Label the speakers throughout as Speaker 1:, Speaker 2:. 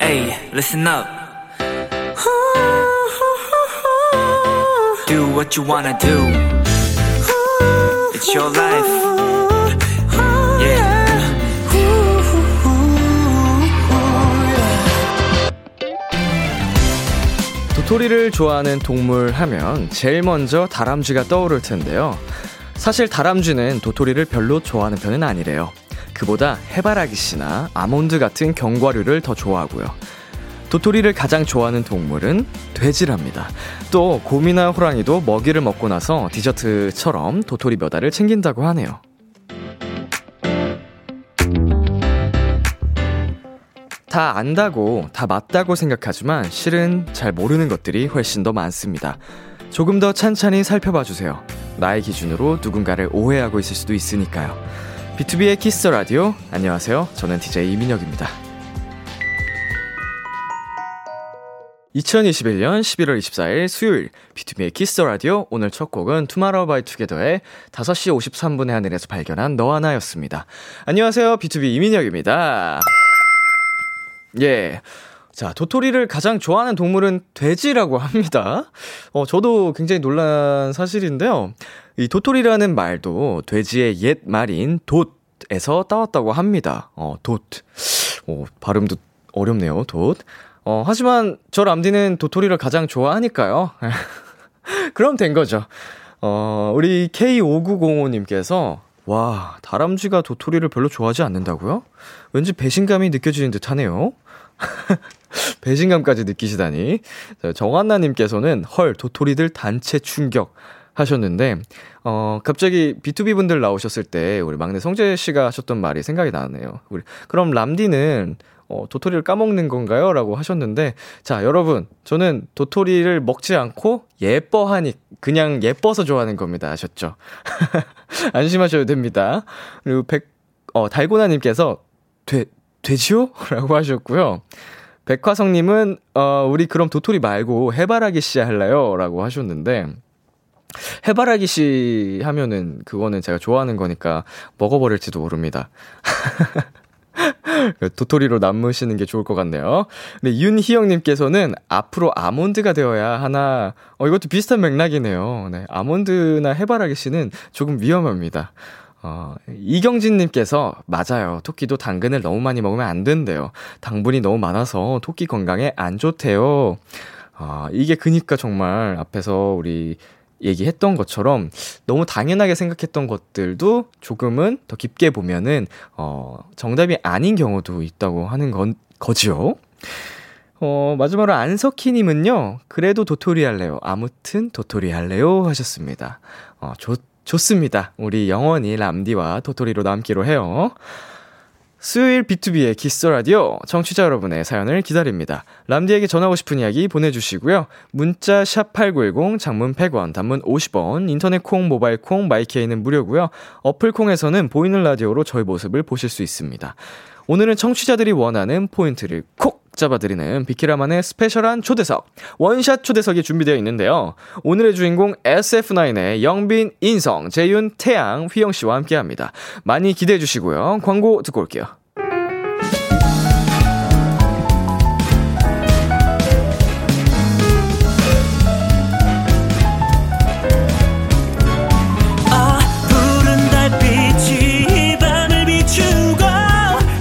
Speaker 1: 啊
Speaker 2: listen up. Do what you wanna do. It's your life. Yeah.
Speaker 3: 도토리를 좋아하는 동물 하면 제일 먼저 다람쥐가 떠오를 텐데요. 사실 다람쥐는 도토리를 별로 좋아하는 편은 아니래요. 그보다 해바라기 씨나 아몬드 같은 견과류를 더 좋아하고요. 도토리를 가장 좋아하는 동물은 돼지랍니다. 또 곰이나 호랑이도 먹이를 먹고 나서 디저트처럼 도토리 몇 알을 챙긴다고 하네요. 다 안다고, 다 맞다고 생각하지만 실은 잘 모르는 것들이 훨씬 더 많습니다. 조금 더 찬찬히 살펴봐 주세요. 나의 기준으로 누군가를 오해하고 있을 수도 있으니까요. B2B의 키스 더 라디오. 안녕하세요. 저는 DJ 이민혁입니다. 2021년 11월 24일 수요일 B2B의 키스 더 라디오 오늘 첫 곡은 투마로우 바이 투게더의 5시 53분의 하늘에서 발견한 너 하나였습니다. 안녕하세요. B2B 이민혁입니다. 예. 자, 도토리를 가장 좋아하는 동물은 돼지라고 합니다. 어, 저도 굉장히 놀란 사실인데요. 이 도토리라는 말도 돼지의 옛 말인 돛에서 따왔다고 합니다. 어, 돛. 어, 발음도 어렵네요, 돛. 어, 하지만 저 람디는 도토리를 가장 좋아하니까요. 그럼 된 거죠. 어, 우리 K5905님께서 와, 다람쥐가 도토리를 별로 좋아하지 않는다고요? 왠지 배신감이 느껴지는 듯 하네요. 배신감까지 느끼시다니. 자, 정한나님께서는 헐, 도토리들 단체 충격. 하셨는데, 어, 갑자기 B2B 분들 나오셨을 때, 우리 막내 성재 씨가 하셨던 말이 생각이 나네요. 우리, 그럼 람디는, 어, 도토리를 까먹는 건가요? 라고 하셨는데, 자, 여러분, 저는 도토리를 먹지 않고 예뻐하니, 그냥 예뻐서 좋아하는 겁니다. 아셨죠? 안심하셔도 됩니다. 그리고 백, 어, 달고나님께서, 돼, 되지요? 라고 하셨고요. 백화성님은, 어, 우리 그럼 도토리 말고 해바라기 씨 할래요? 라고 하셨는데, 해바라기 씨 하면은 그거는 제가 좋아하는 거니까 먹어버릴지도 모릅니다. 도토리로 남으시는 게 좋을 것 같네요. 근데 윤희영님께서는 앞으로 아몬드가 되어야 하나, 어, 이것도 비슷한 맥락이네요. 네, 아몬드나 해바라기 씨는 조금 위험합니다. 어, 이경진님께서, 맞아요. 토끼도 당근을 너무 많이 먹으면 안 된대요. 당분이 너무 많아서 토끼 건강에 안 좋대요. 아, 이게 그니까 정말 앞에서 우리 얘기했던 것처럼 너무 당연하게 생각했던 것들도 조금은 더 깊게 보면은 어 정답이 아닌 경우도 있다고 하는 건 거지요. 어 마지막으로 안석희님은요. 그래도 도토리 할래요. 아무튼 도토리 할래요 하셨습니다. 어 좋, 좋습니다. 우리 영원히 람디와 도토리로 남기로 해요. 수요일 B2B의 키스 라디오 청취자 여러분의 사연을 기다립니다. 람디에게 전하고 싶은 이야기 보내주시고요. 문자 샵 #8910 장문 100원, 단문 50원, 인터넷 콩, 모바일 콩, 마이케이는 무료고요. 어플 콩에서는 보이는 라디오로 저희 모습을 보실 수 있습니다. 오늘은 청취자들이 원하는 포인트를 콕 잡아드리는 비키라만의 스페셜한 초대석 원샷 초대석이 준비되어 있는데요. 오늘의 주인공 SF9의 영빈, 인성, 재윤, 태양, 휘영 씨와 함께합니다. 많이 기대해 주시고요. 광고 듣고 올게요.
Speaker 4: 아 푸른 달빛이 이 밤을 비추고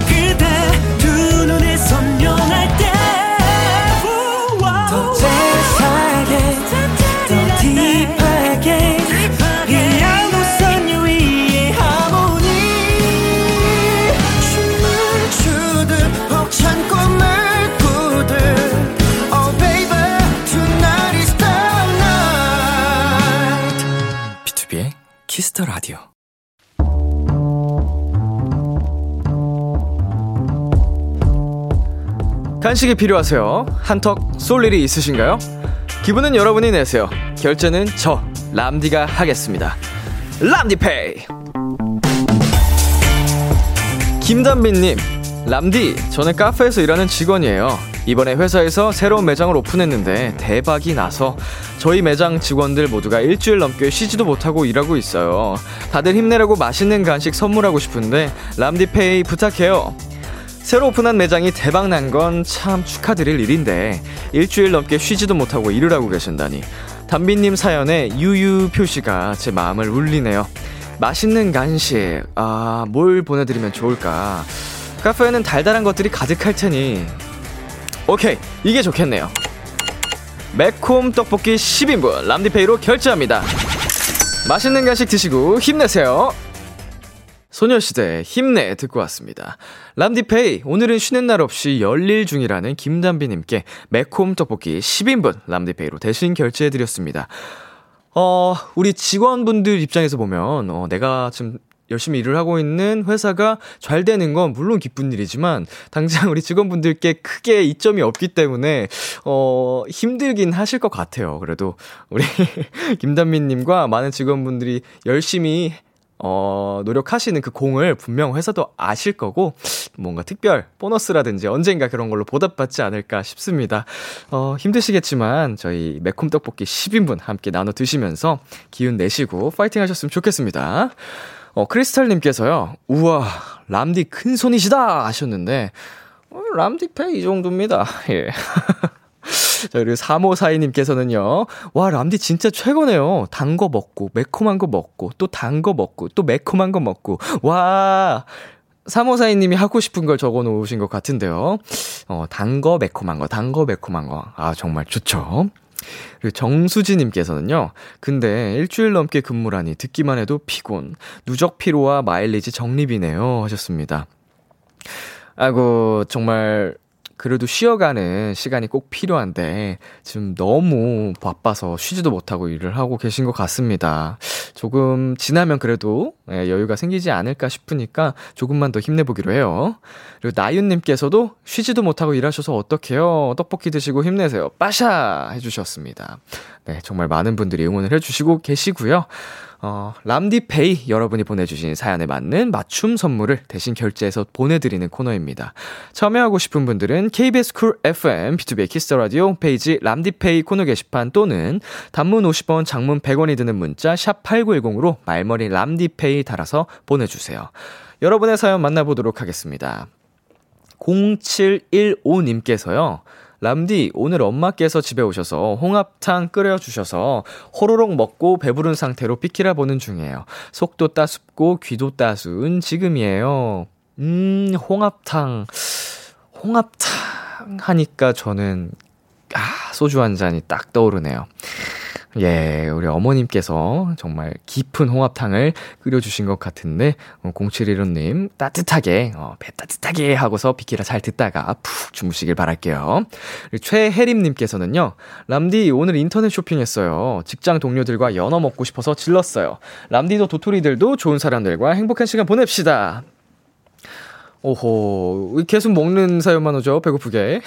Speaker 4: 그대 두 눈에 선명할 때더 세상에 더 딥하게 이 양도선 유위의 하모니 춤을 추듯 벅찬 꿈을 꾸듯 Oh baby tonight is the night
Speaker 3: B2B의 키스터 라디오. 간식이 필요하세요? 한턱 쏠 일이 있으신가요? 기분은 여러분이 내세요. 결제는 저 람디가 하겠습니다. 람디페이. 김단빈님, 람디, 저는 카페에서 일하는 직원이에요. 이번에 회사에서 새로운 매장을 오픈했는데 대박이 나서 저희 매장 직원들 모두가 일주일 넘게 쉬지도 못하고 일하고 있어요. 다들 힘내라고 맛있는 간식 선물하고 싶은데 람디페이 부탁해요. 새로 오픈한 매장이 대박난 건 참 축하드릴 일인데 일주일 넘게 쉬지도 못하고 일을 하고 계신다니 담비님 사연에 유유 표시가 제 마음을 울리네요 맛있는 간식 아 뭘 보내드리면 좋을까 카페에는 달달한 것들이 가득할 테니 오케이 이게 좋겠네요 매콤 떡볶이 10인분 람디페이로 결제합니다 맛있는 간식 드시고 힘내세요 소녀시대 힘내 듣고 왔습니다. 람디페이 오늘은 쉬는 날 없이 열일 중이라는 김담비님께 매콤 떡볶이 10인분 람디페이로 대신 결제해드렸습니다. 어 우리 직원분들 입장에서 보면 어, 내가 지금 열심히 일을 하고 있는 회사가 잘 되는 건 물론 기쁜 일이지만 당장 우리 직원분들께 크게 이점이 없기 때문에 어 힘들긴 하실 것 같아요. 그래도 우리 김단민님과 많은 직원분들이 열심히 어, 노력하시는 그 공을 분명 회사도 아실 거고, 뭔가 특별 보너스라든지 언젠가 그런 걸로 보답받지 않을까 싶습니다. 어, 힘드시겠지만, 저희 매콤 떡볶이 10인분 함께 나눠 드시면서 기운 내시고 파이팅 하셨으면 좋겠습니다. 어, 크리스탈님께서요, 우와, 람디 큰 손이시다! 하셨는데, 어, 람디페이 이 정도입니다. 예. 자, 그리고 3542님께서는요, 와, 람디 진짜 최고네요. 단 거 먹고, 매콤한 거 먹고, 또 단 거 먹고, 또 매콤한 거 먹고, 와, 3542님이 하고 싶은 걸 적어 놓으신 것 같은데요. 어, 단 거, 매콤한 거, 단 거, 매콤한 거. 아, 정말 좋죠. 그리고 정수지님께서는요, 근데 일주일 넘게 근무라니 듣기만 해도 피곤. 누적 피로와 마일리지 적립이네요. 하셨습니다. 아이고, 정말, 그래도 쉬어가는 시간이 꼭 필요한데, 지금 너무 바빠서 쉬지도 못하고 일을 하고 계신 것 같습니다. 조금 지나면 그래도 예, 여유가 생기지 않을까 싶으니까 조금만 더 힘내보기로 해요. 그리고 나윤님께서도 쉬지도 못하고 일하셔서 어떡해요? 떡볶이 드시고 힘내세요. 빠샤! 해주셨습니다. 네, 정말 많은 분들이 응원을 해주시고 계시고요. 어, 람디페이 여러분이 보내주신 사연에 맞는 맞춤 선물을 대신 결제해서 보내드리는 코너입니다. 참여하고 싶은 분들은 KBS 쿨 FM, B2B 키스터 라디오 홈페이지 람디페이 코너 게시판 또는 단문 50원, 장문 100원이 드는 문자 샵 8910으로 말머리 람디페이 달아서 보내주세요. 여러분의 사연 만나보도록 하겠습니다. 0715님께서요. 람디, 오늘 엄마께서 집에 오셔서 홍합탕 끓여주셔서 호로록 먹고 배부른 상태로 피키라 보는 중이에요. 속도 따숩고 귀도 따스운 지금이에요. 음, 홍합탕. 홍합탕 하니까 저는, 아, 소주 한 잔이 딱 떠오르네요. 예, 우리 어머님께서 정말 깊은 홍합탕을 끓여주신 것 같은데, 0715님, 따뜻하게, 어, 배 따뜻하게 하고서 비키라 잘 듣다가 푹 주무시길 바랄게요. 그리고 최혜림님께서는요, 람디, 오늘 인터넷 쇼핑했어요. 직장 동료들과 연어 먹고 싶어서 질렀어요. 람디도 도토리들도 좋은 사람들과 행복한 시간 보냅시다. 오호, 계속 먹는 사연만 오죠? 배고프게.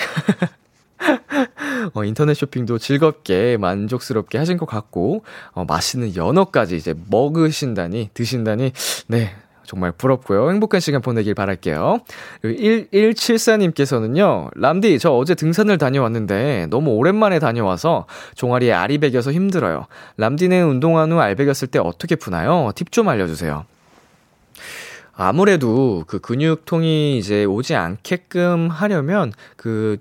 Speaker 3: 어, 인터넷 쇼핑도 즐겁게 만족스럽게 하신 것 같고 어, 맛있는 연어까지 이제 먹으신다니 드신다니 네 정말 부럽고요. 행복한 시간 보내길 바랄게요. 1174님께서는요. 람디 저 어제 등산을 다녀왔는데 너무 오랜만에 다녀와서 종아리에 알이 베겨서 힘들어요. 람디는 운동한 후 알 베겼을 때 어떻게 푸나요? 팁 좀 알려주세요. 아무래도 그 근육통이 이제 오지 않게끔 하려면 그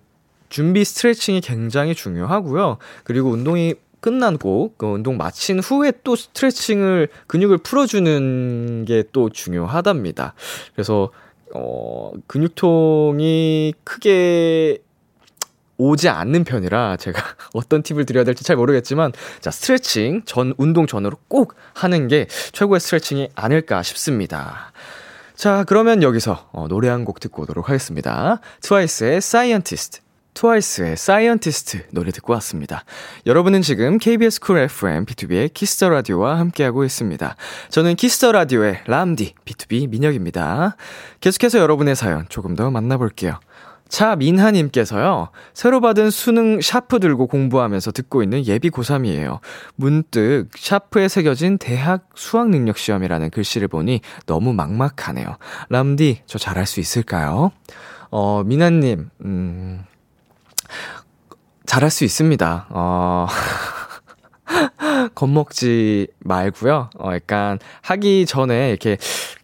Speaker 3: 준비 스트레칭이 굉장히 중요하고요. 그리고 운동이 끝나고 그 운동 마친 후에 또 스트레칭을 근육을 풀어주는 게 또 중요하답니다. 그래서 어 근육통이 크게 오지 않는 편이라 제가 어떤 팁을 드려야 될지 잘 모르겠지만 자 스트레칭 전 운동 전으로 꼭 하는 게 최고의 스트레칭이 아닐까 싶습니다. 자 그러면 여기서 어, 노래 한 곡 듣고 오도록 하겠습니다. 트와이스의 사이언티스트 트와이스의 사이언티스트 노래 듣고 왔습니다. 여러분은 지금 KBS 쿨 FM B2B의 키스터 라디오와 함께하고 있습니다. 저는 키스터 라디오의 람디 B2B 민혁입니다. 계속해서 여러분의 사연 조금 더 만나볼게요. 차민하님께서요, 새로 받은 수능 샤프 들고 공부하면서 듣고 있는 예비 고3이에요. 문득 샤프에 새겨진 대학 수학 능력 시험이라는 글씨를 보니 너무 막막하네요. 람디, 저 잘할 수 있을까요? 어, 민하님, 음, 잘할 수 있습니다. 어, 겁먹지 말고요. 어, 약간 하기 전에 이렇게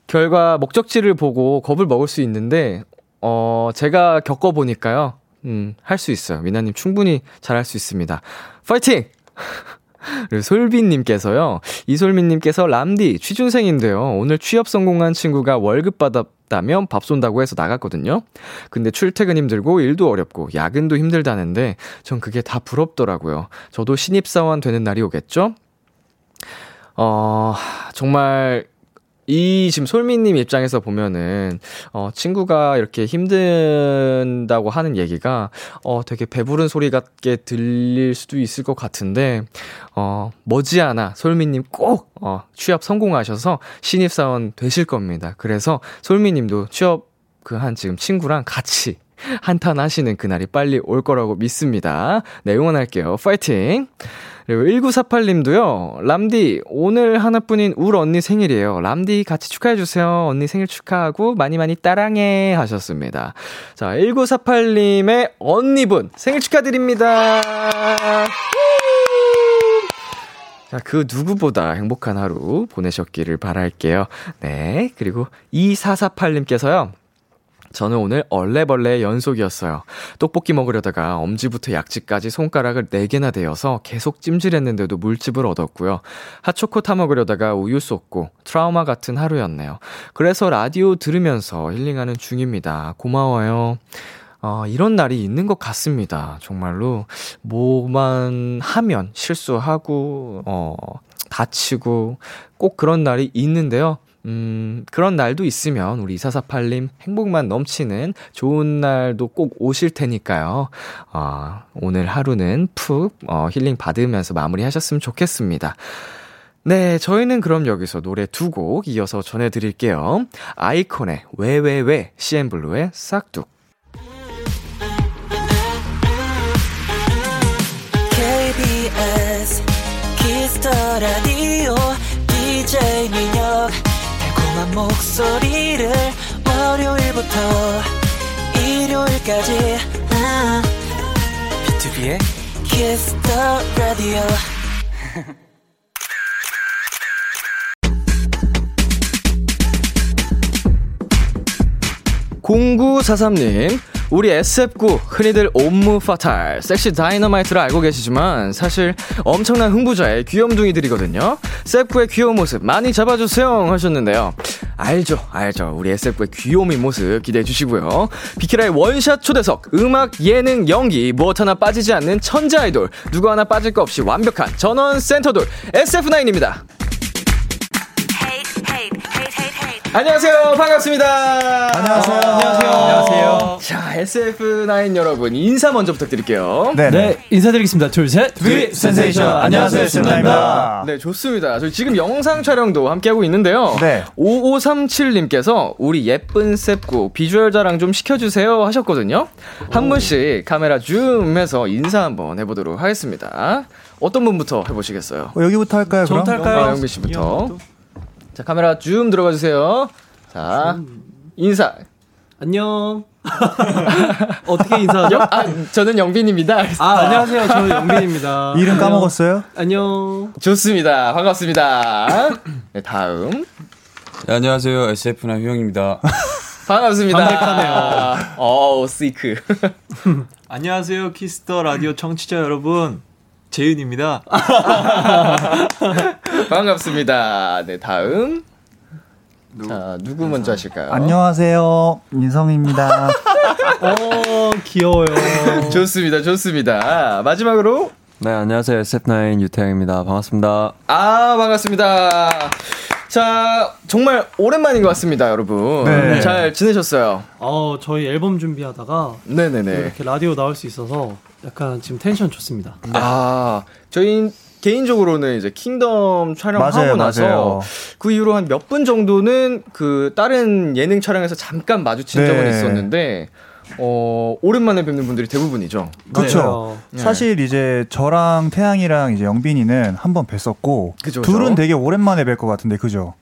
Speaker 3: 결과 목적지를 보고 겁을 먹을 수 있는데 어, 제가 겪어보니까요. 음, 할 수 있어요. 미나님 충분히 잘할 수 있습니다. 파이팅! 그리고 솔빈님께서요. 이솔민님께서 람디, 취준생인데요. 오늘 취업 성공한 친구가 월급 받았다면 밥 쏜다고 해서 나갔거든요. 근데 출퇴근 힘들고 일도 어렵고 야근도 힘들다는데 전 그게 다 부럽더라고요. 저도 신입사원 되는 날이 오겠죠? 어, 정말 이 지금 솔미님 입장에서 보면은 어 친구가 이렇게 힘든다고 하는 얘기가 어 되게 배부른 소리 같게 들릴 수도 있을 것 같은데 어 머지않아 솔미님 꼭어 취업 성공하셔서 신입 사원 되실 겁니다. 그래서 솔미님도 취업 그 한 지금 친구랑 같이 한탄 하시는 그날이 빨리 올 거라고 믿습니다. 네, 응원할게요. 파이팅! 그리고 1948님도요, 람디, 오늘 하나뿐인 울 언니 생일이에요. 람디 같이 축하해주세요. 언니 생일 축하하고 많이 많이 따랑해. 하셨습니다. 자, 1948님의 언니분 생일 축하드립니다. 자, 그 누구보다 행복한 하루 보내셨기를 바랄게요. 네. 그리고 2448님께서요. 저는 오늘 얼레벌레의 연속이었어요. 떡볶이 먹으려다가 엄지부터 약지까지 손가락을 4개나 대어서 계속 찜질했는데도 물집을 얻었고요. 핫초코 타먹으려다가 우유 쏟고 트라우마 같은 하루였네요. 그래서 라디오 들으면서 힐링하는 중입니다. 고마워요. 어, 이런 날이 있는 것 같습니다. 정말로. 뭐만 하면 실수하고, 어, 다치고, 꼭 그런 날이 있는데요. 음, 그런 날도 있으면 우리 2448님 행복만 넘치는 좋은 날도 꼭 오실 테니까요. 어, 오늘 하루는 푹 어, 힐링 받으면서 마무리 하셨으면 좋겠습니다. 네, 저희는 그럼 여기서 노래 두 곡 이어서 전해드릴게요. 아이콘의 왜왜왜, CN블루의 싹둑.
Speaker 4: KBS 키스터 라디오 DJ 민혁 달콤한 목소리를 월요일부터 일요일까지 비투비의 키스터 라디오
Speaker 3: 공구사삼님 우리 SF9 흔히들 옴무 파탈 섹시 다이너마이트를 알고 계시지만 사실 엄청난 흥부자의 귀염둥이들이거든요 SF9의 귀여운 모습 많이 잡아주세요 하셨는데요 알죠 알죠 우리 SF9의 귀요민 모습 기대해 주시고요 비키라의 원샷 초대석 음악 예능 연기 무엇 하나 빠지지 않는 천재 아이돌 누구 하나 빠질 거 없이 완벽한 전원 센터돌 SF9입니다 안녕하세요. 반갑습니다. 아,
Speaker 2: 안녕하세요.
Speaker 3: 안녕하세요.
Speaker 2: 안녕하세요.
Speaker 3: 자, SF9 여러분, 인사 먼저 부탁드릴게요.
Speaker 2: 네.
Speaker 5: 네, 인사드리겠습니다. 둘, 셋.
Speaker 2: 드 센세이션. 안녕하세요, 센나입니다.
Speaker 3: 네, 좋습니다. 저희 지금 영상 촬영도 함께하고 있는데요.
Speaker 2: 네.
Speaker 3: 5537님께서 우리 예쁜 셉구 비주얼 자랑 좀 시켜주세요 하셨거든요. 한 분씩 카메라 줌해서 인사 한번 해보도록 하겠습니다. 어떤 분부터 해보시겠어요?
Speaker 2: 어, 여기부터 할까요, 그럼?
Speaker 5: 저부터 할까요?
Speaker 3: 영미 씨부터. 자, 카메라 줌 들어가 주세요. 자, 인사.
Speaker 5: 안녕. 어떻게 인사하죠?
Speaker 3: 영, 아, 저는 영빈입니다.
Speaker 5: 아, 안녕하세요. 저는 영빈입니다.
Speaker 2: 이름
Speaker 5: 안녕.
Speaker 2: 까먹었어요?
Speaker 5: 안녕.
Speaker 3: 좋습니다. 반갑습니다. 네, 다음.
Speaker 6: 네, 안녕하세요. SF나 휴영입니다.
Speaker 3: 반갑습니다. 반갑네요. 어우, 시크.
Speaker 7: 안녕하세요 키스터 라디오 청취자 여러분 재윤입니다.
Speaker 3: 반갑습니다. 네, 다음. 자, 누구 먼저 하실까요?
Speaker 2: 안녕하세요, 민성입니다. 네.
Speaker 5: 어, 귀여워요.
Speaker 3: 좋습니다. 좋습니다. 마지막으로.
Speaker 6: 네, 안녕하세요. SF9 유태영입니다. 반갑습니다.
Speaker 3: 아, 반갑습니다. 자, 정말 오랜만인 것 같습니다, 여러분.
Speaker 2: 네.
Speaker 3: 잘 지내셨어요?
Speaker 5: 어, 저희 앨범 준비하다가
Speaker 3: 네네네.
Speaker 5: 이렇게 라디오 나올 수 있어서 약간 지금 텐션 좋습니다.
Speaker 2: 네.
Speaker 3: 아, 저희 개인적으로는 이제 킹덤 촬영하고
Speaker 2: 맞아요,
Speaker 3: 나서
Speaker 2: 맞아요.
Speaker 3: 그 이후로 한 몇 분 정도는 그 다른 예능 촬영에서 잠깐 마주친
Speaker 2: 네.
Speaker 3: 적은 있었는데 어, 오랜만에 뵙는 분들이 대부분이죠.
Speaker 2: 그렇죠. 사실 이제 저랑 태양이랑 이제 영빈이는 한 번 뵀었고
Speaker 3: 그죠,
Speaker 2: 둘은
Speaker 3: 그죠.
Speaker 2: 되게 오랜만에 뵐 것 같은데 그죠?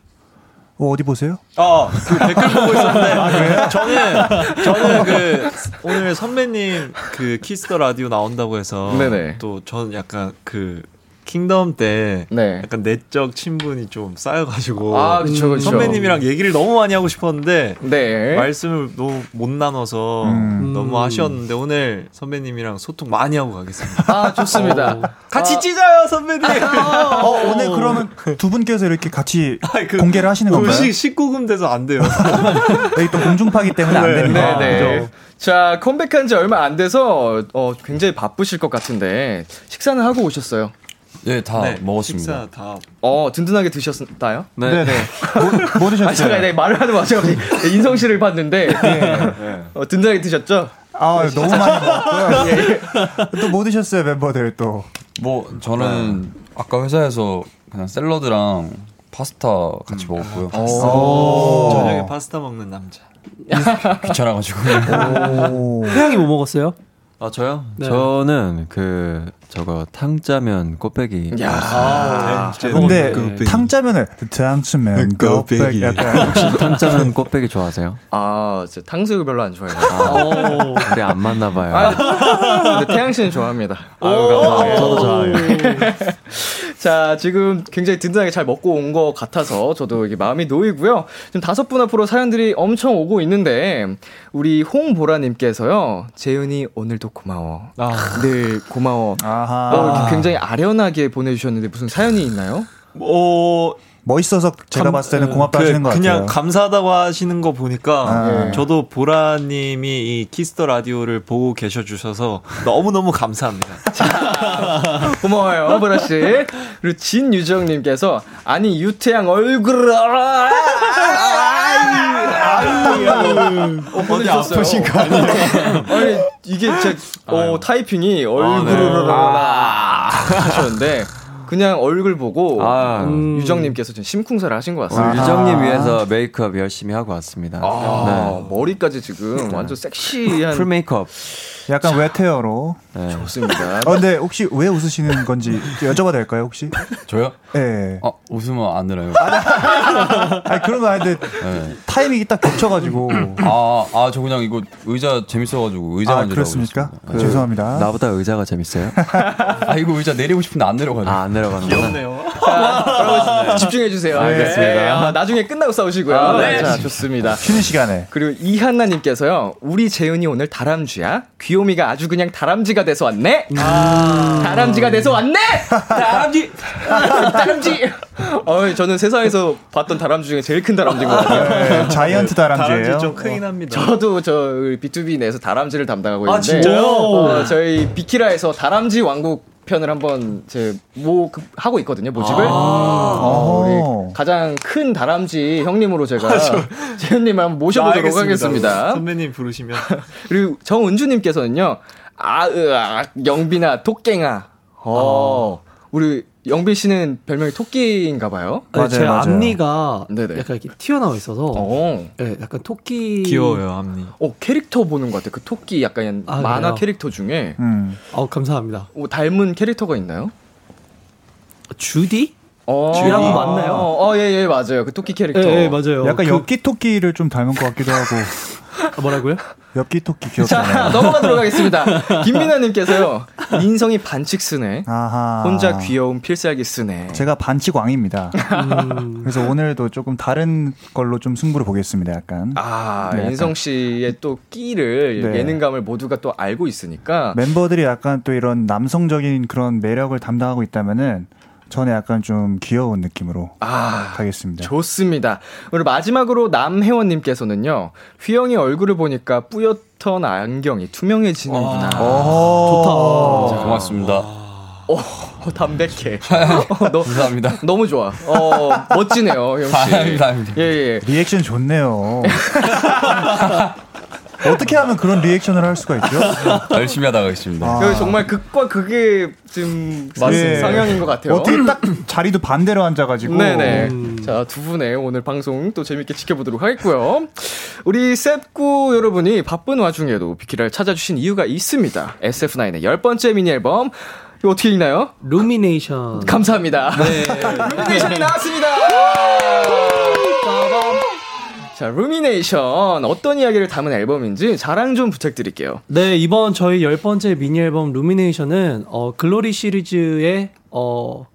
Speaker 2: 어, 어디 보세요?
Speaker 7: 아, 그 댓글 보고 있었는데 저는 저는 그 오늘 선배님 그 키스터 라디오 나온다고 해서
Speaker 3: 네네.
Speaker 7: 또 저는 약간 그
Speaker 8: 킹덤 때
Speaker 7: 네.
Speaker 8: 약간 내적 친분이 좀 쌓여가지고
Speaker 7: 아, 그쵸, 그쵸.
Speaker 8: 선배님이랑 얘기를 너무 많이 하고 싶었는데
Speaker 7: 네.
Speaker 8: 말씀을 너무 못 나눠서
Speaker 2: 음.
Speaker 8: 너무 아쉬웠는데 오늘 선배님이랑 소통 많이 하고 가겠습니다. 아.
Speaker 7: 아, 좋습니다.
Speaker 8: 같이 찢어요 선배님.
Speaker 2: 어, 오늘 그러면 두 분께서 이렇게 같이
Speaker 8: 아이, 그-
Speaker 2: 공개를 하시는
Speaker 8: 그
Speaker 2: 건가요?
Speaker 8: 시 19금 돼서 안 돼요.
Speaker 2: 여기 또 공중파기 때문에 안 됩니다.
Speaker 3: 네,
Speaker 8: 그죠.
Speaker 3: 네. 자, 컴백한 지 얼마 안 돼서 어, 굉장히 바쁘실 것 같은데 식사는 하고 오셨어요.
Speaker 6: 예, 다
Speaker 8: 네,
Speaker 6: 먹었습니다.
Speaker 8: 식사 다
Speaker 3: 어, 든든하게 드셨나요?
Speaker 6: 네.
Speaker 2: 뭐, 뭐
Speaker 3: 아, 잠깐,
Speaker 2: 드셨어요?
Speaker 3: 네, 말을 하는 와중에 인성 씨를 봤는데
Speaker 2: 네.
Speaker 3: 어, 든든하게 드셨죠?
Speaker 2: 아, 너무 많이 먹었고요. 또 뭐 드셨어요, 멤버들 또?
Speaker 6: 뭐 저는
Speaker 9: 네.
Speaker 6: 아까 회사에서 그냥 샐러드랑 파스타 같이
Speaker 9: 음. 아,
Speaker 6: 먹었고요.
Speaker 2: 어.
Speaker 8: 저녁에 파스타 먹는 남자.
Speaker 6: 귀찮아가지고.
Speaker 2: 오.
Speaker 5: 태양이 뭐 먹었어요?
Speaker 6: 아 저요?
Speaker 5: 네.
Speaker 9: 저는 그 저거 탕짜면 꽃배기
Speaker 3: 네.
Speaker 8: 네,
Speaker 2: 근데
Speaker 8: 그
Speaker 5: 곱빼기.
Speaker 2: 탕짜면을 탕짜면
Speaker 8: 곱빼기.
Speaker 2: 곱빼기 약간
Speaker 9: 탕짜면 꽃배기 좋아하세요?
Speaker 3: 아, 저 탕수육을 별로 안 좋아해요.
Speaker 5: 어, 오.
Speaker 9: 근데 안 맞나 봐요.
Speaker 3: 아, 근데 태양 씨는 좋아합니다.
Speaker 5: 저도
Speaker 3: 자, 지금 굉장히 든든하게 잘 먹고 온 것 같아서 저도 이게 마음이 놓이고요. 지금 다섯 분 앞으로 사연들이 엄청 오고 있는데, 우리 홍보라님께서요, 재윤이 오늘도 고마워. 늘 고마워.
Speaker 2: 아하.
Speaker 3: 어, 이렇게 굉장히 아련하게 보내주셨는데 무슨 사연이 있나요?
Speaker 8: 어,
Speaker 2: 멋있어서 제가
Speaker 8: 감-
Speaker 2: 봤을 때는 고맙다
Speaker 8: 그,
Speaker 2: 하시는 것
Speaker 8: 그냥
Speaker 2: 같아요.
Speaker 8: 감사하다고 하시는 거 보니까
Speaker 2: 아.
Speaker 8: 저도 보라님이 이 키스터 라디오를 보고 계셔 주셔서 너무 너무 감사합니다.
Speaker 3: 고마워요, 보라 씨. 그리고 진유정님께서 아니 유태양 얼굴 알아. 아유, 어, 보내주셨어요. 아니 이게 제 어, 타이핑이
Speaker 9: 아, 네.
Speaker 3: 얼굴을 알아 하셨는데 그냥 얼굴 보고
Speaker 9: 아,
Speaker 5: 음.
Speaker 3: 유정님께서 지금 심쿵사를 하신 것 같습니다.
Speaker 2: 아하.
Speaker 9: 유정님 위해서 메이크업 열심히 하고 왔습니다.
Speaker 3: 아, 머리까지 지금 완전
Speaker 9: 네.
Speaker 3: 섹시한
Speaker 9: 풀 메이크업.
Speaker 2: 약간 웨테어로.
Speaker 3: 좋습니다.
Speaker 2: 어, 근데 혹시 왜 웃으시는 건지 여쭤봐도 될까요, 혹시?
Speaker 6: 저요?
Speaker 2: 예. 네.
Speaker 6: 아 웃으면 안 늘어요.
Speaker 2: 아니, 그런 거 아닌데
Speaker 6: 네.
Speaker 2: 타이밍이 딱 겹쳐가지고.
Speaker 6: 아아 저 그냥 이거 의자 재밌어가지고 의자
Speaker 2: 아,
Speaker 6: 만지라고
Speaker 2: 그렇습니까?
Speaker 6: 그랬습니다.
Speaker 2: 그- 죄송합니다.
Speaker 9: 나보다 의자가 재밌어요?
Speaker 6: 아 이거 의자 내리고 싶은데 안 내려가네.
Speaker 9: 아, 안 내려가는구나.
Speaker 3: 집중해 주세요.
Speaker 9: 네. 알겠습니다. 아, 네.
Speaker 3: 네, 아, 나중에 끝나고 싸우시고요. 자, 좋습니다.
Speaker 2: 쉬는 시간에.
Speaker 3: 그리고 이한나님께서요, 우리 재윤이 오늘 다람쥐야? 귀요미가 아주 그냥 다람쥐가 돼서 왔네? 아, 다람쥐가 돼서 왔네? 음. 다람쥐! 다람쥐! 어, 저는 세상에서 봤던 다람쥐 중에 제일 큰 다람쥐인 것 같아요.
Speaker 2: 네, 자이언트
Speaker 8: 다람쥐
Speaker 2: 다람쥐예요.
Speaker 8: 좀 크긴 합니다.
Speaker 3: 저도 저 B2B 내에서 다람쥐를 담당하고 있는데.
Speaker 8: 진짜요?
Speaker 3: 어, 저희 비키라에서 다람쥐 왕국 편을 한번 제모 그, 하고 있거든요 모집을 어, 우리 가장 큰 다람쥐 형님으로 제가 재현님을 한번 모셔보도록 하겠습니다.
Speaker 8: 선배님 부르시면
Speaker 3: 그리고 정은주님께서는요, 아으악, 영빈아, 토깽아. 어,
Speaker 5: 아.
Speaker 3: 우리 영빈 씨는 별명이 토끼인가봐요.
Speaker 2: 맞아요,
Speaker 5: 제
Speaker 2: 맞아요.
Speaker 5: 앞니가
Speaker 3: 네네.
Speaker 5: 약간 이렇게 튀어나와 있어서
Speaker 3: 어.
Speaker 5: 네, 약간 토끼
Speaker 8: 귀여워요 앞니.
Speaker 3: 어, 캐릭터 보는 것 같아. 그 토끼 약간
Speaker 5: 아,
Speaker 3: 만화
Speaker 5: 그래요?
Speaker 3: 캐릭터 중에
Speaker 2: 음.
Speaker 5: 어, 감사합니다.
Speaker 3: 어, 닮은 캐릭터가 있나요?
Speaker 5: 주디?
Speaker 3: 어,
Speaker 5: 주인공
Speaker 3: 아,
Speaker 5: 맞나요?
Speaker 3: 어, 예, 예, 맞아요. 그 토끼
Speaker 5: 예,
Speaker 3: 캐릭터.
Speaker 5: 예, 맞아요.
Speaker 2: 약간
Speaker 5: 그-
Speaker 2: 엽기토끼를 좀 닮은 것 같기도 하고.
Speaker 5: 아, 뭐라고요?
Speaker 2: 엽기토끼
Speaker 3: 자,
Speaker 2: 귀엽잖아요.
Speaker 3: 넘어가도록 하겠습니다. 김민아님께서요, 인성이 반칙 쓰네.
Speaker 2: 아하.
Speaker 3: 혼자 귀여운 필살기 쓰네.
Speaker 2: 제가 반칙왕입니다. 그래서 오늘도 조금 다른 걸로 좀 승부를 보겠습니다, 약간.
Speaker 3: 아,
Speaker 2: 네,
Speaker 3: 인성 씨의 또 끼를
Speaker 2: 네.
Speaker 3: 예능감을 모두가 또 알고 있으니까
Speaker 2: 멤버들이 약간 또 이런 남성적인 그런 매력을 담당하고 있다면은 저는 약간 좀 귀여운 느낌으로
Speaker 3: 아,
Speaker 6: 네.
Speaker 2: 가겠습니다.
Speaker 3: 좋습니다. 오늘 마지막으로 남혜원님께서는요, 휘영이 얼굴을 보니까 뿌옇던 안경이 투명해지는구나.
Speaker 2: 아, 오,
Speaker 3: 아.
Speaker 6: 자, 고맙습니다.
Speaker 9: 아.
Speaker 3: 어, 담백해. 어, 너,
Speaker 6: 아, 감사합니다.
Speaker 3: 너무 좋아. 어, 멋지네요, 형 씨.
Speaker 6: 감사합니다.
Speaker 3: 예, 예.
Speaker 2: 리액션 좋네요. 어떻게 하면 그런 리액션을 할 수가 있죠?
Speaker 6: 열심히 하다 가겠습니다.
Speaker 2: 아,
Speaker 3: 그 정말 극과 극의 지금
Speaker 2: 맞습니다.
Speaker 3: 상향인 것 같아요.
Speaker 2: 예. 어떻게 딱 자리도 반대로 앉아가지고.
Speaker 3: 네네. 자, 두 분의 오늘 방송 또 재밌게 지켜보도록 하겠고요. 우리 셉구 여러분이 바쁜 와중에도 비키라를 찾아주신 이유가 있습니다. SF9의 열 번째 미니 앨범. 이거 어떻게 읽나요?
Speaker 5: 루미네이션.
Speaker 3: 감사합니다. 네. 루미네이션이 나왔습니다. 자, 루미네이션 어떤 이야기를 담은 앨범인지 자랑 좀 부탁드릴게요.
Speaker 5: 네, 이번 저희 열 번째 미니 앨범 루미네이션은 어, 글로리 시리즈의 어,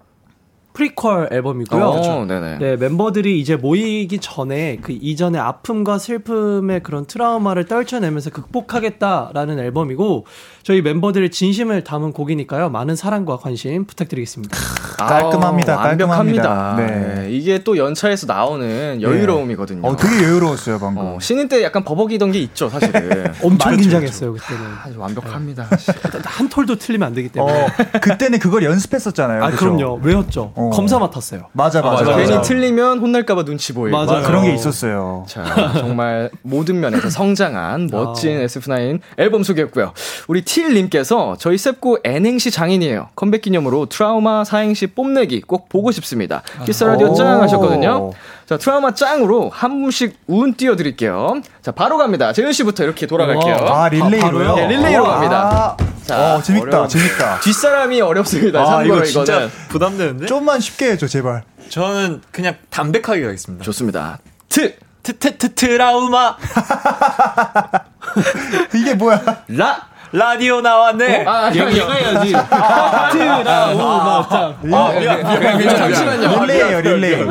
Speaker 5: 프리퀄 앨범이고요.
Speaker 3: 어, 네네.
Speaker 5: 아, 네, 멤버들이 이제 모이기 전에 그 이전의 아픔과 슬픔의 그런 트라우마를 떨쳐내면서 극복하겠다라는 앨범이고 저희 멤버들의 진심을 담은 곡이니까요. 많은 사랑과 관심 부탁드리겠습니다.
Speaker 2: 깔끔합니다,
Speaker 3: 아우,
Speaker 2: 깔끔합니다.
Speaker 3: 완벽합니다.
Speaker 2: 네.
Speaker 3: 네, 이게 또 연차에서 나오는 여유로움이거든요.
Speaker 2: 어, 되게 여유로웠어요, 방금.
Speaker 3: 어, 신인 때 약간 버벅이던 게 있죠, 사실은.
Speaker 5: 엄청 긴장했어요, 그때는.
Speaker 3: 아주 완벽합니다.
Speaker 5: 한 톨도 틀리면 안 되기 때문에.
Speaker 2: 어, 그때는 그걸 연습했었잖아요.
Speaker 5: 아,
Speaker 2: 그죠?
Speaker 5: 그럼요. 외웠죠.
Speaker 2: 어.
Speaker 5: 검사 맡았어요.
Speaker 2: 맞아, 맞아.
Speaker 3: 괜히
Speaker 2: 맞아.
Speaker 3: 틀리면 혼날까봐 눈치 보이고.
Speaker 5: 맞아요.
Speaker 2: 아, 그런 게 있었어요.
Speaker 3: 자, 정말 모든 면에서 성장한
Speaker 8: 어.
Speaker 3: 멋진 SF9 앨범 소개였고요. 우리 틸님께서 저희 셉고 N행시 장인이에요. 컴백 기념으로 트라우마 사행시 뽐내기 꼭 보고 싶습니다. 키스라디오
Speaker 8: 어.
Speaker 2: 오.
Speaker 3: 짱 하셨거든요. 자, 트라우마 짱으로 한 분씩 운 띄워드릴게요. 자, 바로 갑니다. 재윤씨부터 이렇게 돌아갈게요.
Speaker 2: 아, 릴레이로요?
Speaker 3: 네, 릴레이로 갑니다.
Speaker 2: 아,
Speaker 3: 자,
Speaker 2: 어, 재밌다,
Speaker 3: 어려운-
Speaker 2: 재밌다.
Speaker 3: 뒷사람이 어렵습니다.
Speaker 8: 아,
Speaker 3: 참고로 이거는.
Speaker 8: 이거 진짜 부담되는데?
Speaker 2: 네? 좀만 쉽게 해줘, 제발.
Speaker 8: 저는 그냥 담백하게 가겠습니다.
Speaker 3: 좋습니다. 트!
Speaker 8: 트트트 트라우마
Speaker 2: 이게 뭐야?
Speaker 8: 라 라디오 나왔네.
Speaker 3: 아, 아니요, 아니요.
Speaker 5: 해야지. 트라우마.
Speaker 8: 아, 미안, 미안, 미안, 미안.
Speaker 3: 잠시만요.
Speaker 2: 릴레이요, 릴레이.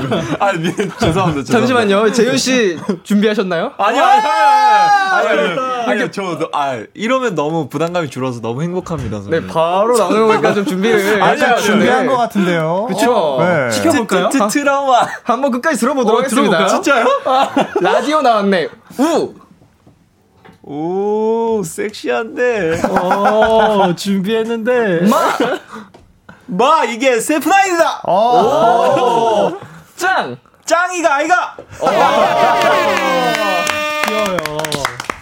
Speaker 8: 아, 미안. 죄송합니다. 죄송합니다.
Speaker 3: 잠시만요. 재윤씨 준비하셨나요?
Speaker 8: 아니요, 아니요, 아니요. 아니요, 아니요. 저, 너- 아, 이러면 너무 부담감이 줄어서 너무 행복합니다.
Speaker 3: 네,
Speaker 8: 선생님.
Speaker 3: 바로 나오는 거니까 좀 준비를.
Speaker 2: 약간
Speaker 3: 해주셨는데.
Speaker 2: 준비한 것 같은데요.
Speaker 3: 네. 그쵸.
Speaker 2: 네.
Speaker 5: 시켜볼까요?
Speaker 9: 아.
Speaker 8: 트- 트- 트라우마. 아.
Speaker 3: 한번 끝까지 들어보도록 하겠습니다.
Speaker 8: 진짜요?
Speaker 3: 라디오 나왔네. 우!
Speaker 8: 오, 섹시한데.
Speaker 5: 어, 준비했는데.
Speaker 8: 마, 이게 세프나이드다!
Speaker 2: 아,
Speaker 3: 짱!
Speaker 8: 짱이가 아이가!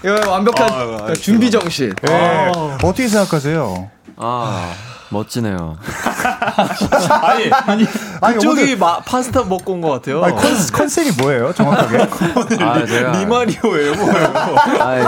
Speaker 3: 이거 완벽한
Speaker 2: 아,
Speaker 3: 준비 정신.
Speaker 2: 네.
Speaker 3: 아.
Speaker 2: 어떻게 생각하세요?
Speaker 9: 아, 멋지네요.
Speaker 8: 아니, 그
Speaker 2: 아니,
Speaker 8: 저기
Speaker 2: 오늘
Speaker 8: 마, 파스타 먹고 온 것
Speaker 3: 어.
Speaker 8: 같아요.
Speaker 2: 아니, 컨- 컨셉이 뭐예요, 정확하게?
Speaker 6: 네
Speaker 9: 아, 제가.
Speaker 8: 미마리오예요, 뭐예요?
Speaker 9: 아이,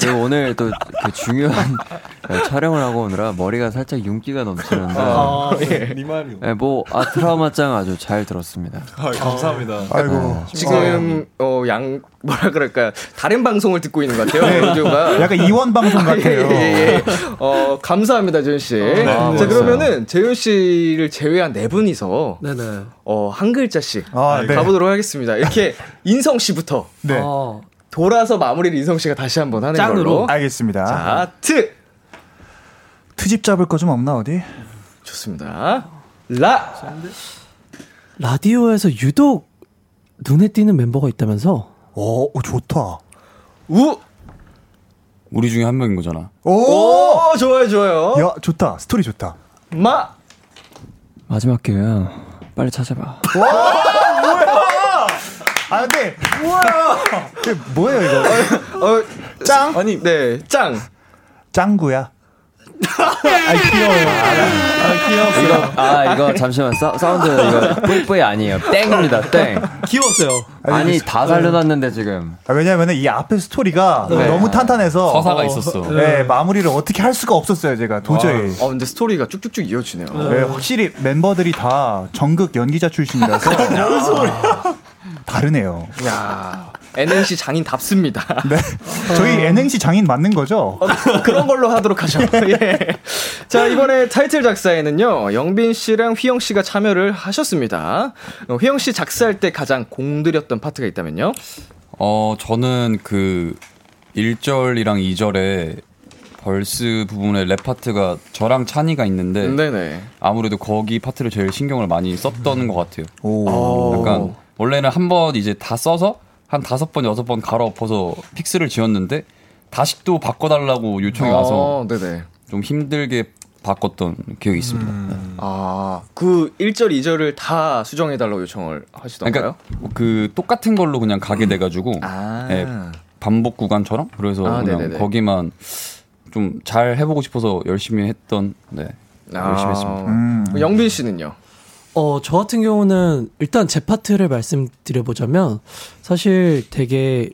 Speaker 9: 그리고 오늘 또 그 중요한 네, 촬영을 하고 오느라 머리가 살짝 윤기가 넘치는데.
Speaker 6: 아, 네
Speaker 8: 미마리오.
Speaker 9: 예, 뭐, 아, 트라우마짱 아주 잘 들었습니다.
Speaker 8: 아, 감사합니다.
Speaker 2: 아이고. 네.
Speaker 3: 지금, 어, 양, 뭐라 그럴까요. 다른 방송을 듣고 있는 것 같아요, 라디오가.
Speaker 2: 네. 약간 이원 방송 같아요. 아, 네,
Speaker 3: 예, 예, 예. 어, 감사합니다, 재윤 씨. 자,
Speaker 9: 멋있어요.
Speaker 3: 그러면은 재윤 씨를 제외한 네 분이서
Speaker 5: 네네.
Speaker 3: 어, 한 글자씩
Speaker 2: 아, 네.
Speaker 3: 가보도록 하겠습니다. 이렇게 인성 씨부터
Speaker 2: 네.
Speaker 5: 어,
Speaker 3: 돌아서 마무리를 인성 씨가 다시 한번 하는
Speaker 5: 짱으로.
Speaker 3: 걸로.
Speaker 2: 알겠습니다.
Speaker 3: 자, 트.
Speaker 2: 트집 잡을 거 좀 없나, 어디?
Speaker 3: 좋습니다. 라.
Speaker 5: 라디오에서 유독 눈에 띄는 멤버가 있다면서?
Speaker 2: 오, 오, 어, 좋다.
Speaker 3: 우.
Speaker 6: 우리 중에 한 명인 거잖아.
Speaker 2: 오!
Speaker 3: 오, 어, 좋아요, 좋아요.
Speaker 2: 야, 좋다. 스토리 좋다.
Speaker 3: 마.
Speaker 9: 마지막 기회야. 빨리 찾아봐.
Speaker 2: 아, 근데. 뭐야! 이게 뭐예요, 이거?
Speaker 3: 어,
Speaker 2: 짱?
Speaker 3: 아니, 네. 짱.
Speaker 2: 짱구야.
Speaker 3: 예,
Speaker 2: 아, 귀여워요.
Speaker 9: 이거, 아, 이거 잠시만. 사, 사운드 이거 뿌이뿌이 아니에요. 땡입니다, 땡.
Speaker 5: 귀여웠어요.
Speaker 9: 아니, 다 살려놨는데 지금.
Speaker 2: 아, 왜냐면은 이 앞에 스토리가
Speaker 9: 네.
Speaker 2: 너무 탄탄해서.
Speaker 6: 서사가 있었어.
Speaker 2: 네, 마무리를 어떻게 할 수가 없었어요, 제가. 도저히.
Speaker 3: 어, 근데 스토리가 쭉쭉쭉 이어지네요.
Speaker 2: 네, 확실히 멤버들이 다 정극 연기자 출신이라서. 아, 다르네요.
Speaker 3: 야. NNC 장인 답습니다.
Speaker 2: 네. 저희 NNC 장인 맞는 거죠?
Speaker 3: 어, 그런 걸로 하도록 하죠. 예. 자, 이번에 타이틀 작사에는요, 영빈 씨랑 휘영 씨가 참여를 하셨습니다. 어, 휘영 씨 작사할 때 가장 공들였던 파트가 있다면요?
Speaker 6: 어, 저는 그 1절이랑 2절에 벌스 부분의 랩 파트가 저랑 찬이가 있는데
Speaker 3: 네네.
Speaker 6: 아무래도 거기 파트를 제일 신경을 많이 썼던 것 같아요.
Speaker 2: 오.
Speaker 6: 약간 원래는 한 번 이제 다 써서 한 다섯 번 여섯 번 갈아 엎어서 픽스를 지었는데 다시 또 바꿔달라고 요청이 와서
Speaker 3: 어, 네네.
Speaker 6: 좀 힘들게 바꿨던 기억이 있습니다.
Speaker 3: 아, 그 1절, 2절을 다 수정해달라고 요청을 하시던가요?
Speaker 6: 그러니까 그 똑같은 걸로 그냥 가게 돼가지고
Speaker 3: 아.
Speaker 6: 예, 반복 구간처럼 그래서
Speaker 3: 아,
Speaker 6: 그냥
Speaker 3: 네네네.
Speaker 6: 거기만 좀 잘 해보고 싶어서 열심히 했던 네 열심히 했습니다.
Speaker 2: 음.
Speaker 3: 아. 영빈 씨는요?
Speaker 5: 어, 저 같은 경우는 일단 제 파트를 말씀드려보자면 사실 되게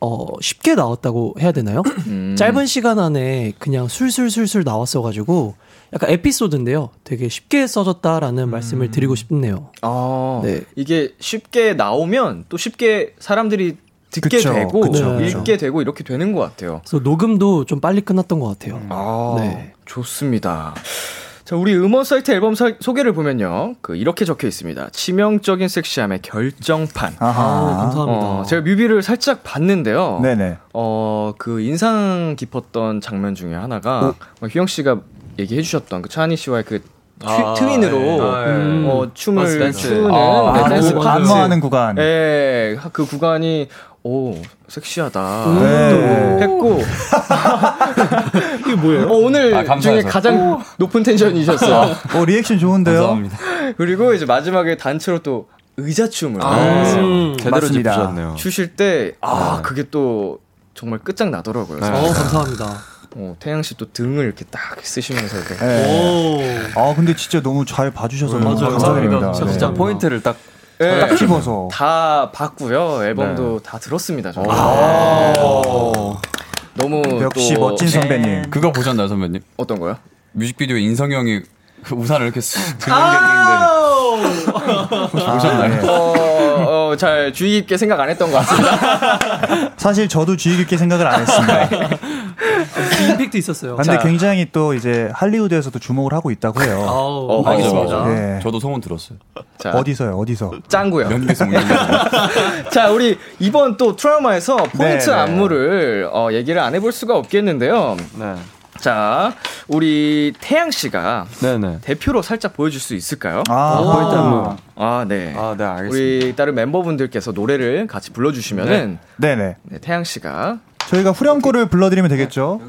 Speaker 5: 어, 쉽게 나왔다고 해야 되나요?
Speaker 3: 음.
Speaker 5: 짧은 시간 안에 그냥 술술술술 나왔어가지고 약간 에피소드인데요. 되게 쉽게 써졌다라는 말씀을 드리고 싶네요.
Speaker 3: 아,
Speaker 5: 네.
Speaker 3: 이게 쉽게 나오면 또 쉽게 사람들이 듣게
Speaker 2: 그쵸,
Speaker 3: 되고
Speaker 2: 그쵸,
Speaker 5: 그쵸.
Speaker 3: 읽게 되고 이렇게 되는 것 같아요.
Speaker 5: 그래서 녹음도 좀 빨리 끝났던 것 같아요.
Speaker 3: 아,
Speaker 5: 네.
Speaker 3: 좋습니다. 자, 우리 음원 사이트 앨범 사- 소개를 보면요. 그 이렇게 적혀 있습니다. 치명적인 섹시함의 결정판.
Speaker 2: 아하.
Speaker 5: 아, 감사합니다.
Speaker 3: 어, 제가 뮤비를 살짝 봤는데요.
Speaker 2: 네네.
Speaker 3: 어, 그 인상 깊었던 장면 중에 하나가 어, 휘영 씨가 얘기해 주셨던 그 차니 씨와의 그 트,
Speaker 8: 아,
Speaker 3: 트윈으로
Speaker 8: 네. 아, 네.
Speaker 5: 음.
Speaker 3: 어, 춤을
Speaker 8: 댄스, 댄스.
Speaker 3: 추는
Speaker 6: 아,
Speaker 3: 네,
Speaker 2: 아,
Speaker 3: 댄스
Speaker 2: 그
Speaker 3: 파트.
Speaker 2: 안무하는 구간.
Speaker 3: 예, 그 구간이 오 섹시하다
Speaker 2: 네.
Speaker 3: 또 했고 이게 뭐예요? 어, 오늘
Speaker 6: 아,
Speaker 3: 중에
Speaker 6: 감사해서.
Speaker 3: 가장 높은 텐션이셨어요.
Speaker 2: 어, 리액션 좋은데요?
Speaker 6: 감사합니다.
Speaker 3: 그리고 이제 마지막에 단체로 또 의자 춤을 아.
Speaker 5: 음.
Speaker 8: 제대로
Speaker 2: 맞습니다.
Speaker 8: 짚으셨네요.
Speaker 3: 추실 때 아 그게 또 정말 끝장 나더라고요.
Speaker 5: 어, 감사합니다.
Speaker 3: 어, 태양 씨 또 등을 이렇게 딱 쓰시면서 이렇게
Speaker 2: 예.
Speaker 5: 오.
Speaker 2: 아, 근데 진짜 너무 잘 봐주셔서 너무
Speaker 5: 맞아요.
Speaker 2: 감사드립니다.
Speaker 5: 감사합니다.
Speaker 2: 네.
Speaker 5: 진짜.
Speaker 8: 포인트를 딱
Speaker 3: 예,
Speaker 2: 딱 집어서.
Speaker 3: 다 봤고요. 앨범도 다 들었습니다. 저는. 너무
Speaker 2: 네. 역시
Speaker 3: 아. 또
Speaker 2: 멋진 선배님.
Speaker 6: 그거 보셨나요, 선배님?
Speaker 3: 어떤 거요?
Speaker 6: 뮤직비디오에 인성이 형이 그 우산을 이렇게 쓱 들고
Speaker 3: 아!
Speaker 6: 있는데
Speaker 2: 아, 예.
Speaker 3: 어, 어, 잘 주의 깊게 생각 안 했던 것 같습니다.
Speaker 2: 사실 저도 주의 깊게 생각을 안 했습니다.
Speaker 5: 임팩트 있었어요.
Speaker 2: 근데
Speaker 3: 자.
Speaker 2: 굉장히 또 이제 할리우드에서도 주목을 하고 있다고 해요.
Speaker 5: 아우.
Speaker 3: 어,
Speaker 6: 알겠습니다.
Speaker 3: 알겠습니다.
Speaker 2: 예.
Speaker 6: 저도 소문 들었어요.
Speaker 3: 자,
Speaker 2: 어디서요? 어디서?
Speaker 3: 짱구요.
Speaker 6: 연기소문, 연기소문.
Speaker 3: 자, 우리 이번 또 트라우마에서 포인트
Speaker 2: 네.
Speaker 3: 안무를 어, 얘기를 안 해볼 수가 없겠는데요.
Speaker 9: 네.
Speaker 3: 자, 우리 태양 씨가
Speaker 9: 네네.
Speaker 3: 대표로 살짝 보여줄 수 있을까요?
Speaker 2: 아,
Speaker 9: 포인트 안무.
Speaker 3: 아, 네.
Speaker 9: 아, 네, 알겠습니다.
Speaker 3: 우리 다른 멤버분들께서 노래를 같이 불러주시면은
Speaker 2: 네네.
Speaker 3: 네, 태양 씨가
Speaker 2: 저희가 후렴구를 불러드리면 되겠죠?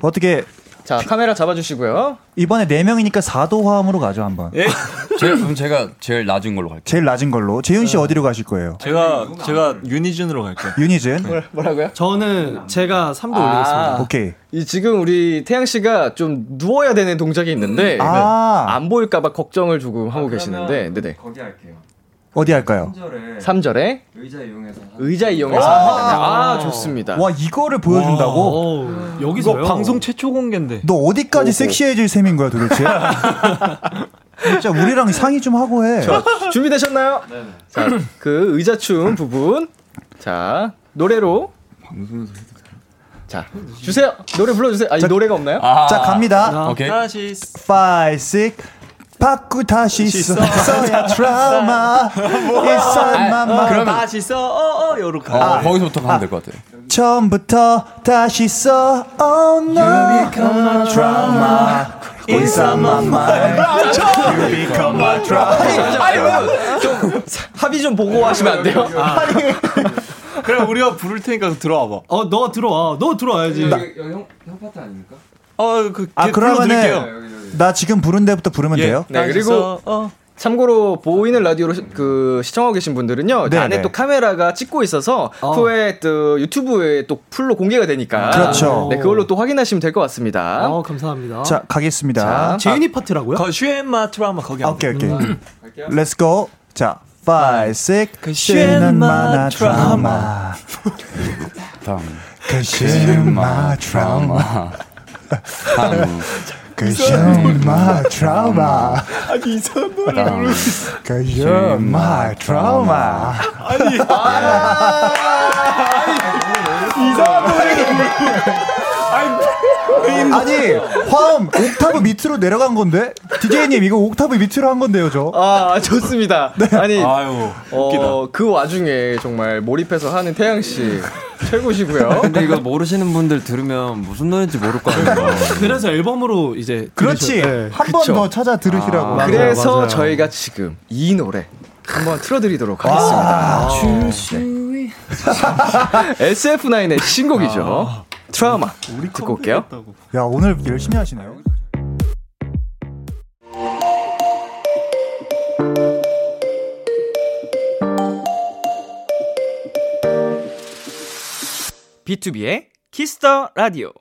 Speaker 2: 어떻게
Speaker 3: 자 카메라 잡아주시고요.
Speaker 2: 이번에 네 명이니까 4도 화음으로 가죠 한번.
Speaker 6: 제가, 그럼 제가 제일 낮은 걸로 갈게요.
Speaker 2: 제일 낮은 걸로. 재윤 씨 어디로 가실 거예요?
Speaker 8: 제가 제가 유니즌으로 갈게요.
Speaker 2: 유니즌.
Speaker 3: 뭐라고요?
Speaker 5: 저는 제가 3도
Speaker 9: 아.
Speaker 3: 아.
Speaker 5: 올리겠습니다.
Speaker 2: 오케이.
Speaker 3: 이 지금 우리 태양 씨가 좀 누워야 되는 동작이 있는데
Speaker 2: 아.
Speaker 3: 안 보일까봐 걱정을 조금 하고 계시는데, 네네.
Speaker 9: 아, 거기 할게요.
Speaker 2: 어디 할까요?
Speaker 9: 3절에
Speaker 3: 3절에
Speaker 9: 의자 이용해서 한-
Speaker 3: 의자 이용해서 아, 아 좋습니다.
Speaker 2: 와 이거를 보여준다고?
Speaker 9: 음.
Speaker 5: 어우, 여기서요?
Speaker 8: 최초 공개인데.
Speaker 2: 너 어디까지 섹시해질 셈인 거야 도대체? 진짜 우리랑 상의 좀 하고 해.
Speaker 3: 준비되셨나요? 자, 그 의자 춤 부분. 자, 노래로. 자, 주세요. 노래 불러주세요. 아니, 노래가 없나요?
Speaker 6: 아,
Speaker 2: 자 갑니다.
Speaker 6: 오케이.
Speaker 8: 다시
Speaker 2: Five six. 바꾸 다시 써. 써야 트라우마. Inside my mind.
Speaker 8: 다시 써. 어어 요렇게.
Speaker 6: 어, 거기서부터 가면 될 것 같아요.
Speaker 2: 처음부터 다시 써. Oh no. You become my trauma. Inside my mind. You become my trauma.
Speaker 3: 아니, 왜좀 합의 좀 보고 하시면 안 돼요?
Speaker 9: 아,
Speaker 8: 그럼 우리가 부를 테니까 들어와 봐.
Speaker 5: 어, 너 들어와. 너 들어와야지.
Speaker 9: 여기 형, 형 파트 아닙니까?
Speaker 8: 어그
Speaker 2: 아
Speaker 8: 불러드릴게요.
Speaker 2: 그러면은 나 지금 부른 데부터 부르면 돼요?
Speaker 3: 네, 그리고 참고로 보이는 라디오로 시- 그 시청하고 계신 분들은요
Speaker 2: 네,
Speaker 3: 안에
Speaker 2: 네.
Speaker 3: 또 카메라가 찍고 있어서 후에 또 유튜브에 또 풀로 공개가 되니까
Speaker 2: 그렇죠.
Speaker 3: 네 그걸로 또 확인하시면 될 것 같습니다.
Speaker 5: 어, 감사합니다.
Speaker 2: 자 가겠습니다.
Speaker 3: 자,
Speaker 5: 재윤이 파트라고요?
Speaker 8: 거 슈엔마 트라마 거기
Speaker 2: 아,
Speaker 8: 안
Speaker 2: 오케이 오케이. Let's go. 자 five six. 그시는 마나 트라마.
Speaker 6: 다음.
Speaker 2: 그시는 마 트라마.
Speaker 6: 다음.
Speaker 2: 그시는 마 트라마. 그시는 마 트라마. 아니 화음 옥타브 밑으로 내려간 건데 DJ님 이거 옥타브 밑으로 한 건데요 저.
Speaker 3: 아 좋습니다. 아니
Speaker 8: 아유.
Speaker 3: 어, 그 와중에 정말 몰입해서 하는 태양 씨 최고시고요.
Speaker 9: 근데 이거 모르시는 분들 들으면 무슨 노래인지 모를 거 아니에요.
Speaker 5: 그래서 앨범으로 이제 들으셨- 네.
Speaker 2: 그렇지. 그렇죠. 한 번 더 찾아 들으시라고.
Speaker 5: 맞아요,
Speaker 3: 그래서
Speaker 5: 맞아요.
Speaker 3: 저희가 지금 이 노래 한번 틀어드리도록 하겠습니다. 네. SF9의 신곡이죠. 트라우마 듣고 올게요.
Speaker 2: 야 오늘 열심히 하시네요.
Speaker 3: B2B의 키스터 라디오.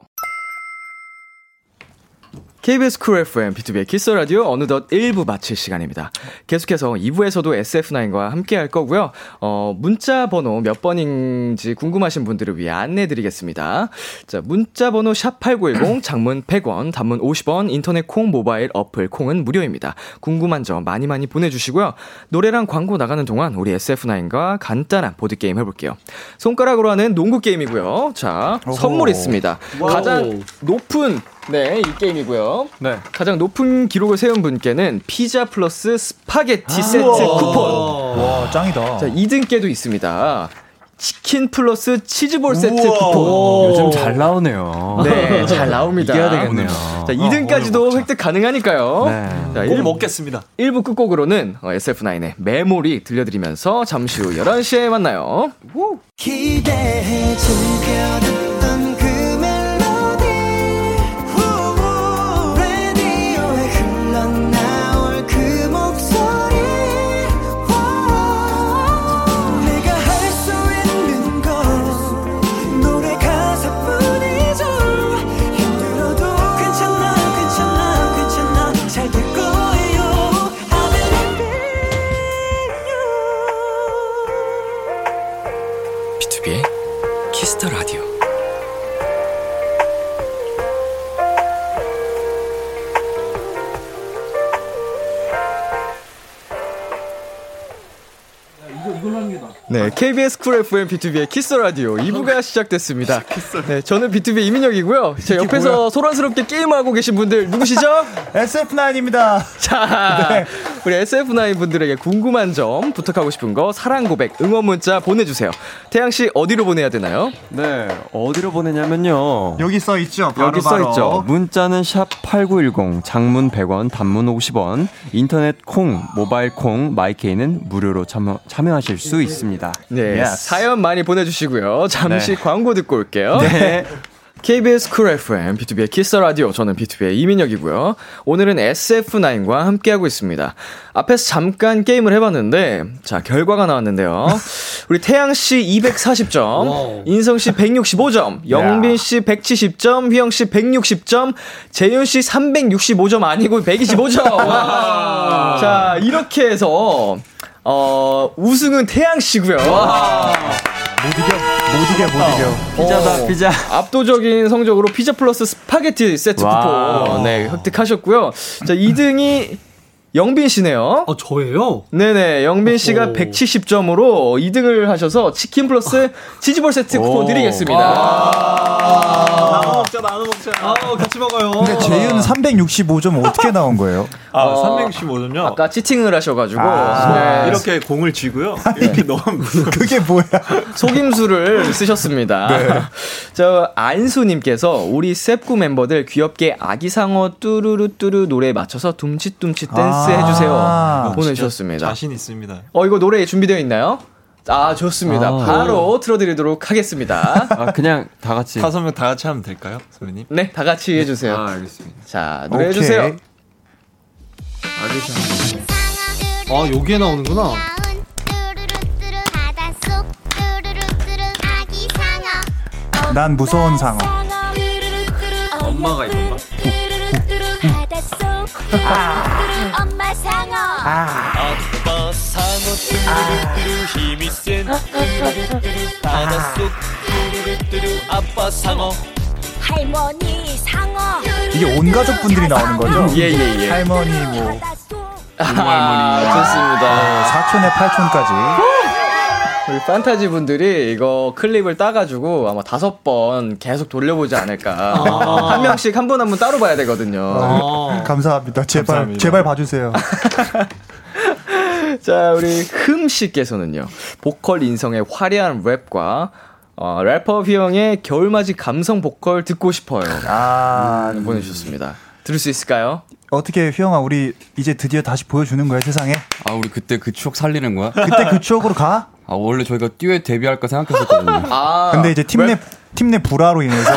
Speaker 3: KBS 쿨 FM, B2B의 키스 라디오 어느덧 1부 마칠 시간입니다. 계속해서 2부에서도 SF9과 함께 할 거고요. 어, 문자 번호 몇 번인지 궁금하신 분들을 위해 안내 드리겠습니다. 자, 문자 번호 샵8910 장문 100원, 단문 50원, 인터넷 콩 모바일 어플 콩은 무료입니다. 궁금한 점 많이 많이 보내 주시고요. 노래랑 광고 나가는 동안 우리 SF9과 간단한 보드 게임 해 볼게요. 손가락으로 하는 농구 게임이고요. 자, 선물 있습니다. 가장 높은 네, 이 게임이고요.
Speaker 6: 네.
Speaker 3: 가장 높은 기록을 세운 분께는 피자 플러스
Speaker 9: 아.
Speaker 3: 스파게티 세트 쿠폰.
Speaker 2: 와 짱이다.
Speaker 3: 자, 2등께도 있습니다. 치킨 플러스 치즈볼 세트
Speaker 2: 우와.
Speaker 8: 어.
Speaker 3: 쿠폰.
Speaker 9: 요즘 잘 나오네요.
Speaker 3: 네, 잘 나옵니다.
Speaker 9: 이겨야 되겠네요. 아,
Speaker 3: 자, 2등까지도 획득 가능하니까요.
Speaker 9: 네.
Speaker 3: 자,
Speaker 8: 꼭
Speaker 3: 1,
Speaker 8: 먹겠습니다.
Speaker 3: 1부 끝곡으로는 어, SF9의 메모리 들려드리면서 잠시 후 11시에 만나요.
Speaker 4: 기대해 즐겨듣던 그 멜로디 후, 라디오에 흘러나올 그 목소리 와, 내가 할 수 있는 건 노래 가사뿐이죠 힘들어도 괜찮아 괜찮아 괜찮아 잘 될 거예요 I believe in you
Speaker 3: B2B의 키스터 라디오. 네, KBS 쿨 FM B2B의 키스 라디오 2부가 시작됐습니다. 네, 저는 B2B 이민혁이고요. 제 옆에서 소란스럽게 게임하고 계신 분들 누구시죠?
Speaker 2: SF9입니다.
Speaker 3: 자, 우리 SF9 분들에게 궁금한 점, 부탁하고 싶은 거, 사랑 고백, 응원 문자 보내주세요. 태양 씨 어디로 보내야 되나요?
Speaker 9: 네, 어디로 보내냐면요.
Speaker 2: 여기 써 있죠. 바로
Speaker 3: 여기 써
Speaker 2: 바로.
Speaker 3: 있죠.
Speaker 9: 문자는 샵 8910, 장문 100원, 단문 50원, 인터넷 콩, 모바일 콩, 마이케이는 무료로 참여, 참여하실 수 있습니다.
Speaker 3: 네,
Speaker 2: Yes.
Speaker 3: 사연 많이 보내주시고요. 잠시
Speaker 9: 네.
Speaker 3: 광고 듣고 올게요. 네. KBS 쿨 FM, B2B의 키스 라디오, 저는 B2B의 이민혁이고요. 오늘은 SF9과 함께하고 있습니다. 앞에서 잠깐 게임을 해봤는데, 자, 결과가 나왔는데요. 우리 태양씨 240점, 인성씨 165점, 영빈씨 170점, 휘영씨 160점, 재윤씨 365점 아니고 125점! 자, 이렇게 해서, 어, 우승은 태양씨고요
Speaker 2: 못 이겨 못 이겨.
Speaker 9: 피자다, 피자.
Speaker 3: 압도적인 성적으로 피자 플러스 스파게티 세트 쿠폰 네, 획득하셨고요. 자, 2등이 영빈 씨네요.
Speaker 5: 어, 저예요?
Speaker 3: 네네, 영빈 씨가
Speaker 5: 오.
Speaker 3: 170점으로 2등을 하셔서 치킨 플러스 치즈볼 세트 쿠폰
Speaker 2: 아.
Speaker 3: 드리겠습니다.
Speaker 8: 나눠 먹자 나눠 먹자.
Speaker 5: 아, 같이 먹어요.
Speaker 2: 근데 재윤 365점 어떻게 나온 거예요?
Speaker 8: 아 365점요.
Speaker 3: 아까 치팅을 하셔가지고
Speaker 2: 아.
Speaker 3: 네, 이렇게
Speaker 8: 이렇게 공을 쥐고요. 이렇게 넣으면
Speaker 2: 그게 뭐야?
Speaker 3: 속임수를 쓰셨습니다.
Speaker 2: 네.
Speaker 3: 저 안수님께서 우리 셉구 멤버들 귀엽게 아기상어 뚜루루뚜루 노래에 맞춰서 둠칫둠칫 댄스
Speaker 2: 아.
Speaker 3: 해주세요 보내주셨습니다.
Speaker 8: 자신 있습니다.
Speaker 3: 어, 이거 노래 준비되어 있나요? 아, 좋습니다. 바로 틀어드리도록 하겠습니다.
Speaker 9: 아, 그냥 다 같이.
Speaker 8: 다섯 명 다 같이 하면 될까요, 선배님?
Speaker 3: 네, 다 같이 해주세요.
Speaker 9: 아, 알겠습니다.
Speaker 3: 자, 노래 해주세요.
Speaker 2: 오케이.
Speaker 5: 아, 여기에 나오는구나.
Speaker 2: 난 무서운 상어.
Speaker 1: 엄마가 있던가? 엄마 상어.
Speaker 2: 아.
Speaker 1: 할머니 상어.
Speaker 2: 이게 온 가족분들이 나오는 거죠?
Speaker 3: 예, 예, 예.
Speaker 2: 할머니 뭐 어,
Speaker 3: 아, 좋습니다.
Speaker 2: 사촌에 팔촌까지.
Speaker 3: 우리 판타지 분들이 이거 클립을 따가지고 아마 다섯 번 계속 돌려보지 않을까.
Speaker 2: 아.
Speaker 3: 한 명씩 한 분 한 분 따로 봐야 되거든요.
Speaker 2: 감사합니다. 제발
Speaker 8: 감사합니다.
Speaker 2: 제발 봐주세요.
Speaker 3: 자, 우리 흠씨께서는요. 보컬 인성의 화려한 랩과 어, 래퍼 휘영의 겨울맞이 감성 보컬 듣고 싶어요.
Speaker 2: 아
Speaker 3: 보내주셨습니다. 들을 수 있을까요?
Speaker 2: 어떻게 휘영아 우리 이제 드디어 다시 보여주는 거야 세상에.
Speaker 6: 아 우리 그때 그 추억 살리는 거야?
Speaker 2: 그때 그 추억으로 가.
Speaker 6: 아 원래 저희가 듀엣 데뷔할까 생각했었거든요.
Speaker 3: 아,
Speaker 2: 근데 이제 팀 내 팀 내 불화로 인해서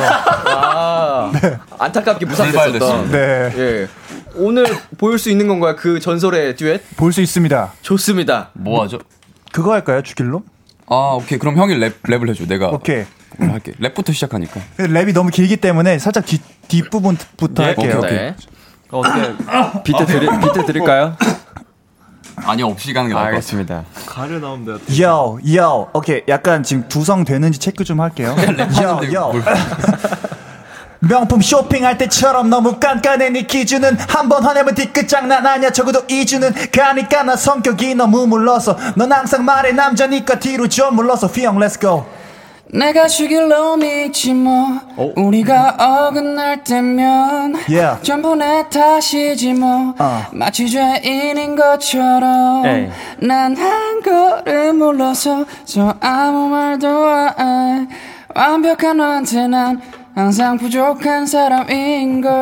Speaker 3: 아, 안타깝게 무산됐었던.
Speaker 6: 불발됐습니다.
Speaker 2: 네.
Speaker 3: 예. 오늘 보일 수 있는 건가요? 그 전설의 듀엣?
Speaker 2: 볼 수 있습니다.
Speaker 3: 좋습니다.
Speaker 6: 뭐 하죠?
Speaker 2: 그거 할까요 죽일놈?
Speaker 6: 아 오케이 그럼 형이 랩 랩을 해줘. 내가
Speaker 2: 오케이.
Speaker 6: 오늘 할게. 랩부터 시작하니까.
Speaker 2: 근데 랩이 너무 길기 때문에 살짝 뒷 뒷부분부터
Speaker 3: 네, 아.
Speaker 2: 할게요.
Speaker 3: 오케이, 오케이.
Speaker 9: 어떻게 비트 드릴 비트 드릴까요?
Speaker 6: 아니 없이 가는 게 나을 것 같아요.
Speaker 9: 알겠습니다.
Speaker 8: 가려 나오면 내가
Speaker 2: 요, 요. 오케이. 약간 지금 구성 되는지 체크 좀 할게요. 요, 요. 명품 쇼핑할 때처럼 너무 깐깐해 네 기준은 한 번 화내면 뒤끝장난 아니야 적어도 2주는 가니까 나 성격이 너무 물러서 넌 항상 말해 남자니까 뒤로 좀 물러서 휘영 렛츠고
Speaker 4: 내가 죽일로 믿지 뭐 우리가 어긋날 때면
Speaker 2: Yeah.
Speaker 4: 전부 내 탓이지 뭐
Speaker 2: 어.
Speaker 4: 마치 죄인인 것처럼
Speaker 9: 에이.
Speaker 4: 난 한 걸음 물러서 저 아무 말도 안 해. 완벽한 너한테 난 항상 부족한 사람인걸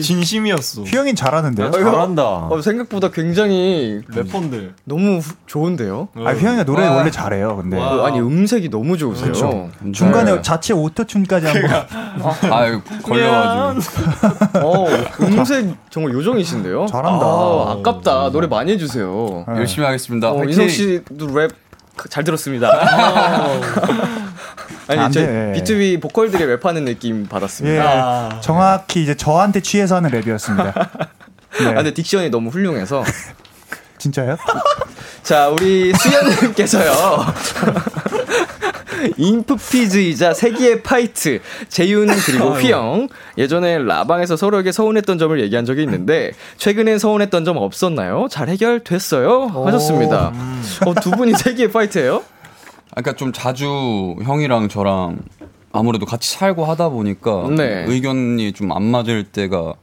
Speaker 8: 진심이었어.
Speaker 2: 휘영이 잘하는데요?
Speaker 9: 잘한다.
Speaker 3: 어, 생각보다 굉장히
Speaker 8: 래퍼인데.
Speaker 3: 너무 후- 좋은데요?
Speaker 2: 아, 휘영이가 노래 원래 잘해요 근데
Speaker 3: 어, 아니 음색이 너무 좋으세요.
Speaker 2: 그렇죠. 중간에
Speaker 3: 네.
Speaker 2: 자체 오토튠까지 한번
Speaker 6: 아유 걸려가지고.
Speaker 3: 어, 음색 정말 요정이신데요.
Speaker 2: 잘한다.
Speaker 3: 아, 아깝다. 노래 많이 해주세요.
Speaker 6: 네. 열심히 하겠습니다.
Speaker 3: 어,
Speaker 6: 화이팅!
Speaker 3: 인성 씨도 랩 잘 들었습니다. 아니
Speaker 2: 아. 안
Speaker 3: 저
Speaker 2: 돼.
Speaker 3: B2B 보컬들이 랩하는 느낌
Speaker 2: 예,
Speaker 3: 받았습니다.
Speaker 2: 정확히 이제 저한테 취해서 하는 랩이었습니다
Speaker 3: 아,
Speaker 2: 네.
Speaker 3: 근데 딕션이 너무 훌륭해서.
Speaker 2: 진짜요?
Speaker 3: 자, 우리 수현님께서요. 인프피즈이자 세기의 파이트, 재윤 그리고 휘영. 예전에 라방에서 서로에게 서운했던 점을 얘기한 적이 있는데, 최근엔 서운했던 점 없었나요? 잘 해결됐어요? 하셨습니다.
Speaker 8: 음.
Speaker 3: 어, 두 분이 세기의 파이트예요
Speaker 6: 아, 그러니까 좀 자주 형이랑 저랑 아무래도 같이 살고 하다 보니까
Speaker 3: 네.
Speaker 6: 의견이 좀 안 맞을 때가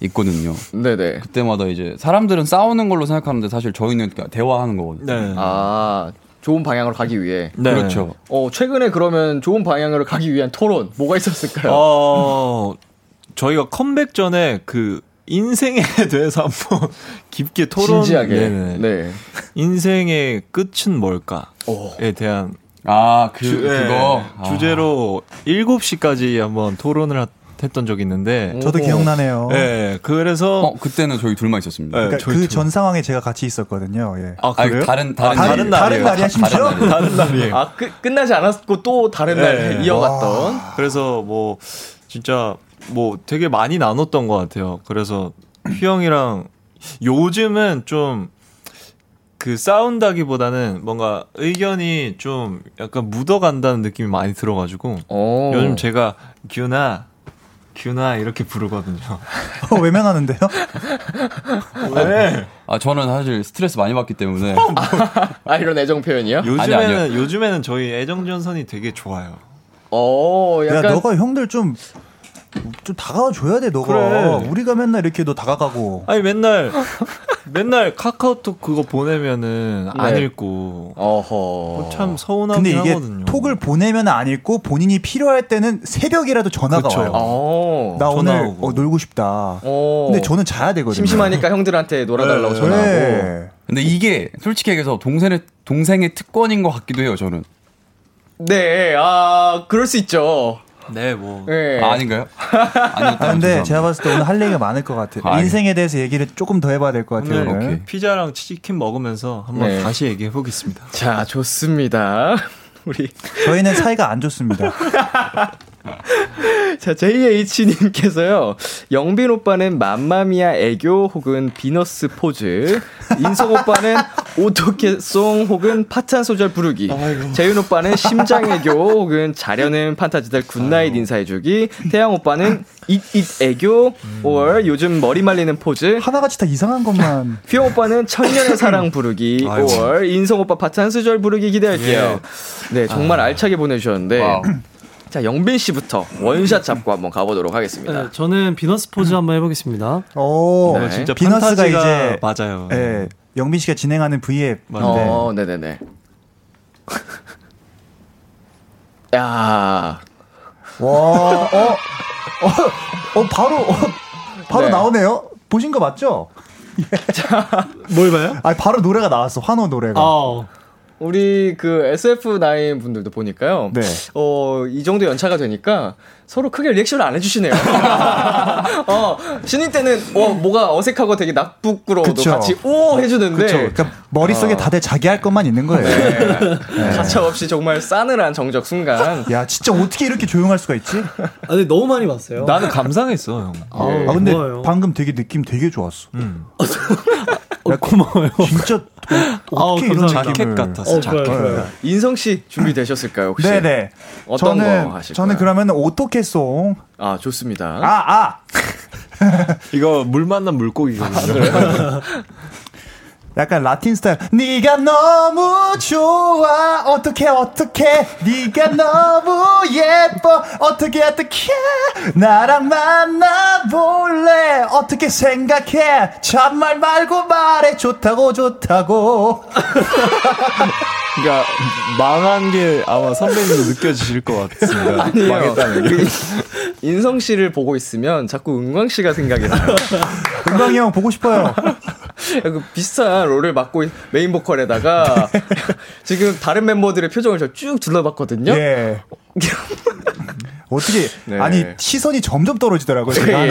Speaker 6: 있거든요.
Speaker 3: 네네.
Speaker 6: 그때마다 이제 사람들은 싸우는 걸로 생각하는데 사실 저희는 그냥 대화하는 거거든요.
Speaker 8: 네.
Speaker 3: 아, 좋은 방향으로 가기 위해.
Speaker 8: 네.
Speaker 6: 그렇죠.
Speaker 3: 어, 최근에 그러면 좋은 방향으로 가기 위한 토론, 뭐가 있었을까요?
Speaker 8: 어, 저희가 컴백 전에 그 인생에 대해서 한번 깊게 토론.
Speaker 3: 진지하게.
Speaker 8: 네네.
Speaker 3: 네. 네.
Speaker 8: 인생의 끝은 뭘까에 대한
Speaker 6: 아, 그,
Speaker 8: 주- 예,
Speaker 6: 그거. 아.
Speaker 8: 주제로 7시까지 한번 토론을 하- 했던 적이 있는데
Speaker 2: 저도
Speaker 3: 오.
Speaker 2: 기억나네요
Speaker 8: 예, 그래서
Speaker 6: 어, 그때는 저희 둘만 있었습니다.
Speaker 8: 예,
Speaker 2: 그러니까
Speaker 8: 저희
Speaker 2: 그
Speaker 8: 둘-
Speaker 2: 전 상황에 제가 같이 있었거든요 예.
Speaker 8: 아,
Speaker 6: 아니,
Speaker 8: 그래요?
Speaker 6: 다른, 다른,
Speaker 8: 아,
Speaker 6: 날이에요.
Speaker 8: 다른
Speaker 2: 다른
Speaker 8: 날이에요.
Speaker 2: 날이야 심지어?
Speaker 6: 다른 날이에요.
Speaker 8: 다른 날이에요.
Speaker 3: 아, 끝 끝나지 않았고 또 다른 날
Speaker 8: 네.
Speaker 3: 이어갔던.
Speaker 8: 그래서 뭐 진짜 뭐 되게 많이 나눴던 것 같아요. 그래서 휘영이랑 요즘은 좀 그 싸운다기보다는 뭔가 의견이 좀 약간 묻어간다는 느낌이 많이 들어가지고
Speaker 3: 어.
Speaker 8: 요즘 제가 균아 균아 이렇게 부르거든요.
Speaker 2: 어, 외면하는데요?
Speaker 8: 왜?
Speaker 6: 아, 저는 사실 스트레스 많이 받기 때문에.
Speaker 3: 아 이런 애정 표현이요?
Speaker 8: 요즘에는
Speaker 6: 아니,
Speaker 8: 요즘에는 저희 애정 전선이 되게 좋아요.
Speaker 3: 어
Speaker 2: 야,
Speaker 3: 약간
Speaker 2: 너가 형들 좀, 좀 다가와줘야 돼, 너가.
Speaker 8: 그래.
Speaker 2: 우리가 맨날 이렇게 너 다가가고.
Speaker 8: 아니 맨날 맨날 카카오톡 그거 보내면은 안
Speaker 3: 네.
Speaker 8: 읽고
Speaker 3: 어허
Speaker 8: 참 서운하긴
Speaker 2: 근데 이게
Speaker 8: 하거든요.
Speaker 2: 톡을 보내면 안 읽고 본인이 필요할 때는 새벽이라도 전화가
Speaker 8: 그쵸.
Speaker 2: 와요.
Speaker 3: 어.
Speaker 2: 나
Speaker 8: 전화
Speaker 2: 오늘
Speaker 8: 오고.
Speaker 2: 어, 놀고 싶다.
Speaker 3: 어.
Speaker 2: 근데 저는 자야 되거든요.
Speaker 3: 심심하니까 형들한테 놀아달라고
Speaker 8: 네.
Speaker 3: 전화하고.
Speaker 2: 네.
Speaker 6: 근데 이게 솔직히 얘기해서 동생의, 동생의 특권인 것 같기도 해요, 저는.
Speaker 3: 네, 아 그럴 수 있죠.
Speaker 8: 네, 뭐.
Speaker 3: 네.
Speaker 9: 예.
Speaker 6: 아, 아닌가요? 아니요.
Speaker 2: 아, 근데 제가 봤을 때 오늘 할 얘기가 많을 것 같아요.
Speaker 6: 아, 예.
Speaker 2: 인생에 대해서 얘기를 조금 더 해봐야 될 것 같아요.
Speaker 8: 오늘
Speaker 2: 오늘.
Speaker 6: 오케이.
Speaker 8: 피자랑 치킨 먹으면서 한번
Speaker 3: 네.
Speaker 8: 다시 얘기해 보겠습니다.
Speaker 3: 자 좋습니다. 우리
Speaker 2: 저희는 사이가 안 좋습니다.
Speaker 3: 자 JH님께서요 영빈 오빠는 맘마미아 애교 혹은 비너스 포즈 인성 오빠는 오토캐송 혹은 파찬 소절 부르기 재윤 오빠는 심장 애교 혹은 자려는 판타지들 굿나잇 인사해주기 태양 오빠는 잇잇 애교 or 요즘 머리 말리는 포즈
Speaker 2: 하나같이 다 이상한 것만.
Speaker 3: 휘영 오빠는 천년의 사랑 부르기
Speaker 8: 아이고.
Speaker 3: 5월 인성 오빠 파찬 수절 부르기 기대할게요. 네 정말 알차게 보내주셨는데
Speaker 6: 와우.
Speaker 3: 자 영빈 씨부터 원샷 잡고 한번 가보도록 하겠습니다.
Speaker 5: 네, 저는 비너스 포즈 한번 해보겠습니다.
Speaker 2: 오,
Speaker 3: 네.
Speaker 8: 진짜
Speaker 2: 비너스가
Speaker 8: 판타지가
Speaker 9: 네,
Speaker 2: 이제,
Speaker 8: 맞아요.
Speaker 2: 예, 영빈 씨가 진행하는 V앱.
Speaker 8: 맞아요.
Speaker 3: 어 네네네. 야
Speaker 2: 와, 어, 어, 어 바로, 어, 바로
Speaker 3: 네.
Speaker 2: 나오네요. 보신 거 맞죠?
Speaker 5: 뭘 봐요?
Speaker 2: 아, 바로 노래가 나왔어. 환호 노래가.
Speaker 5: 아,
Speaker 3: 우리 그 SF9 분들도 보니까요.
Speaker 2: 네.
Speaker 3: 어, 이 정도 연차가 되니까 서로 크게 리액션을 안 해주시네요. 어, 신인 때는 어, 뭐가 어색하고 되게 낙부끄러워도
Speaker 2: 그쵸.
Speaker 3: 같이 오! 해주는데.
Speaker 2: 그렇죠. 그러니까 머릿속에
Speaker 3: 어. 네.
Speaker 2: 다들 자기 할 것만 있는 거예요. 뭐.
Speaker 3: 가차없이 정말 싸늘한 정적 순간.
Speaker 2: 야, 진짜 어떻게 이렇게 조용할 수가 있지?
Speaker 5: 아, 근데 너무 많이 봤어요.
Speaker 8: 나는 감상했어 형.
Speaker 3: 예.
Speaker 2: 아,
Speaker 3: 음.
Speaker 2: 근데
Speaker 5: 고마워요. 아,
Speaker 2: 방금 되게 느낌 되게 좋았어. 음. 그
Speaker 5: 어, 고마워요.
Speaker 2: 진짜
Speaker 8: 아우
Speaker 2: 어떻게 이런
Speaker 8: 감사합니다.
Speaker 2: 느낌을- 네.
Speaker 8: 자켓 같았어. 자켓.
Speaker 3: 인성 씨 준비되셨을까요, 혹시?
Speaker 2: 네네.
Speaker 3: 어떤
Speaker 2: 저는
Speaker 3: 거 하실
Speaker 2: 저는
Speaker 3: 거예요?
Speaker 2: 그러면 오토캐송
Speaker 3: 아, 좋습니다.
Speaker 2: 아 아.
Speaker 8: 이거 물 만난
Speaker 3: 아, 네.
Speaker 8: 물고기거든요.
Speaker 2: 약간 라틴 스타일. 네가 너무 좋아. 어떻게 어떻게? 네가 너무 예뻐. 어떻게 어떻게? 나랑 만나 볼래? 어떻게 생각해? 잔말 말고 말해. 좋다고 좋다고.
Speaker 8: 그러니까 망한 게 아마 선배님도 느껴지실 것 같습니다.
Speaker 3: 아니요. 그 인성 씨를 보고 있으면 자꾸 은광 씨가 생각이 나요.
Speaker 2: 은광이 형 보고 싶어요.
Speaker 3: 그 비슷한 롤을 맡고 있- 메인 보컬에다가 지금 다른 멤버들의 표정을 저 쭉 둘러봤거든요.
Speaker 2: 예. 어떻게
Speaker 3: 네.
Speaker 2: 아니 시선이 점점 떨어지더라고요.
Speaker 3: 예,
Speaker 2: 제가.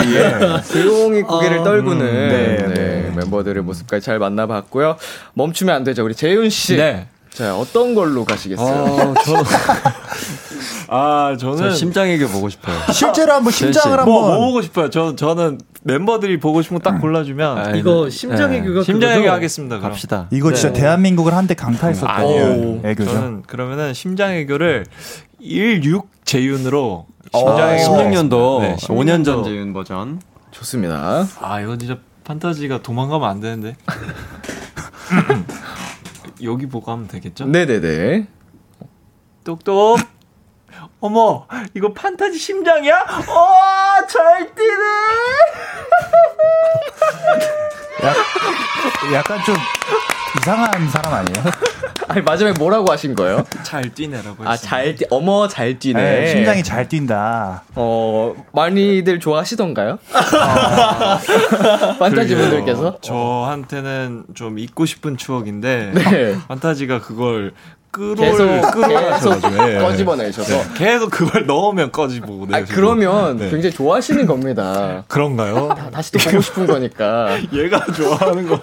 Speaker 3: 예. 조용히 고개를 떨구는
Speaker 2: 네,
Speaker 3: 네, 멤버들의 모습까지 잘 만나봤고요. 멈추면 안 되죠. 우리 재윤 씨.
Speaker 7: 네.
Speaker 3: 자, 어떤 걸로 가시겠어요?
Speaker 9: 아, 저,
Speaker 8: 아
Speaker 9: 저
Speaker 8: 저는
Speaker 9: 심장에게 보고 싶어요.
Speaker 2: 실제로 한번 심장을 한번
Speaker 8: 뭐, 뭐 보고 싶어요. 저 저는 멤버들이 보고 싶은 거 딱 골라주면
Speaker 5: 이거 심장의 교각
Speaker 8: 심장에게
Speaker 5: 그거죠?
Speaker 8: 하겠습니다. 그럼.
Speaker 9: 음. 네. 갑시다.
Speaker 2: 이거 진짜 대한민국을 한때
Speaker 8: 네. 아니에요.
Speaker 2: 강타했었던 애교죠.
Speaker 8: 저는 그러면은 심장애교를 16 재윤으로
Speaker 2: 어,
Speaker 8: 심장애교
Speaker 9: 아, 16년도
Speaker 8: 네,
Speaker 9: 5년 전
Speaker 8: 16년도.
Speaker 9: 재윤 버전.
Speaker 3: 좋습니다.
Speaker 8: 아 이건 진짜 판타지가 도망가면 안 되는데 여기 보고 하면 되겠죠?
Speaker 3: 네네네.
Speaker 8: 음. 똑똑 어머 이거 판타지 심장이야? 어 절대네
Speaker 2: 약, 약간 좀 이상한 사람 아니에요?
Speaker 3: 아니 마지막에 뭐라고 하신 거예요?
Speaker 8: 잘 뛰네라고
Speaker 3: 아, 잘 뛰, 어머, 잘 뛰네.
Speaker 2: 네, 심장이 잘 뛴다.
Speaker 3: 어, 많이들 좋아하시던가요? 판타지 분들께서?
Speaker 8: 저한테는 좀 잊고 싶은 추억인데
Speaker 3: 네.
Speaker 8: 판타지가 그걸
Speaker 3: 계속,
Speaker 8: 끌어올
Speaker 3: 계속
Speaker 8: 끌어가지고 예. 네.
Speaker 3: 꺼집어내셔서.
Speaker 8: 계속 그걸 넣으면 꺼지고 네.
Speaker 3: 아, 그러면 굉장히 좋아하시는 겁니다.
Speaker 8: 그런가요?
Speaker 3: 다시 또 보고 싶은 거니까.
Speaker 8: 얘가 좋아하는 거.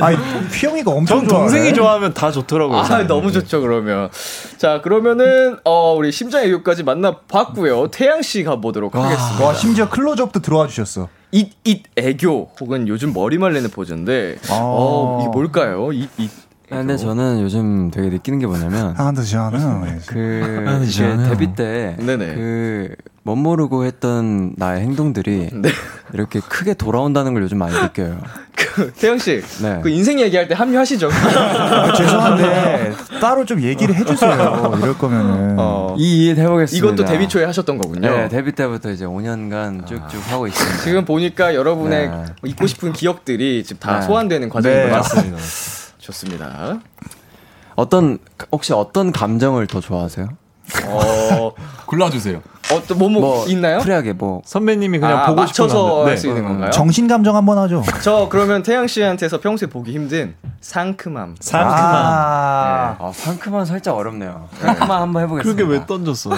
Speaker 2: 아니, 휘영이가 엄청
Speaker 8: 전
Speaker 2: 좋아.
Speaker 8: 동생이 좋아하면 다 좋더라고요.
Speaker 3: 아,
Speaker 8: 저는.
Speaker 3: 너무 좋죠, 그러면. 자, 그러면은, 어, 우리 심장의 교까지 만나봤고요 태양씨 가보도록 하겠습니다.
Speaker 2: 아, 와, 심지어 클로즈업도 들어와 주셨어.
Speaker 3: 잇, 잇, 애교, 혹은 요즘 머리 말리는 포즈인데,
Speaker 2: 아.
Speaker 3: 어, 이게 뭘까요? 잇, 잇.
Speaker 9: 아, 근데 저는 요즘 되게 느끼는 게 뭐냐면
Speaker 2: 아, 저는.
Speaker 9: 그 이게 데뷔 때
Speaker 3: 네네.
Speaker 9: 그 멋모르고 했던 나의 행동들이
Speaker 3: 네.
Speaker 9: 이렇게 크게 돌아온다는 걸 요즘 많이 느껴요.
Speaker 3: 그, 태양씨,
Speaker 9: 네.
Speaker 3: 그 인생 얘기할 때 합류하시죠.
Speaker 2: 아,
Speaker 8: 그
Speaker 2: 죄송한데, 따로 좀 얘기를 해주세요. 이럴 거면은.
Speaker 3: 어,
Speaker 9: 이일 해보겠습니다.
Speaker 3: 이것도 데뷔 초에 하셨던 거군요.
Speaker 5: 어.
Speaker 9: 네, 데뷔 때부터 이제 5년간 쭉쭉
Speaker 5: 아.
Speaker 9: 하고 있습니다.
Speaker 3: 지금 보니까 여러분의
Speaker 9: 네.
Speaker 3: 잊고 싶은 기억들이 지금 다
Speaker 9: 네.
Speaker 3: 소환되는
Speaker 2: 네,
Speaker 3: 과정인 것 같습니다.
Speaker 8: 맞습니다.
Speaker 3: 좋습니다.
Speaker 9: 어떤 혹시 어떤 감정을 더 좋아하세요?
Speaker 3: 어,
Speaker 7: 골라주세요.
Speaker 3: 어떤 뭐뭐 있나요?
Speaker 9: 프리하게 뭐
Speaker 8: 선배님이 그냥
Speaker 3: 아,
Speaker 8: 보고
Speaker 3: 맞춰서
Speaker 8: 싶은 네.
Speaker 3: 할 수 있는 건가요?
Speaker 2: 정신 감정 한번 하죠.
Speaker 3: 저 그러면 태양 씨한테서 평소에 보기 힘든 상큼함.
Speaker 8: 네.
Speaker 2: 아,
Speaker 9: 아, 상큼한 살짝 어렵네요. 상큼한 한번 해보겠습니다.
Speaker 8: 그게 왜 던졌어?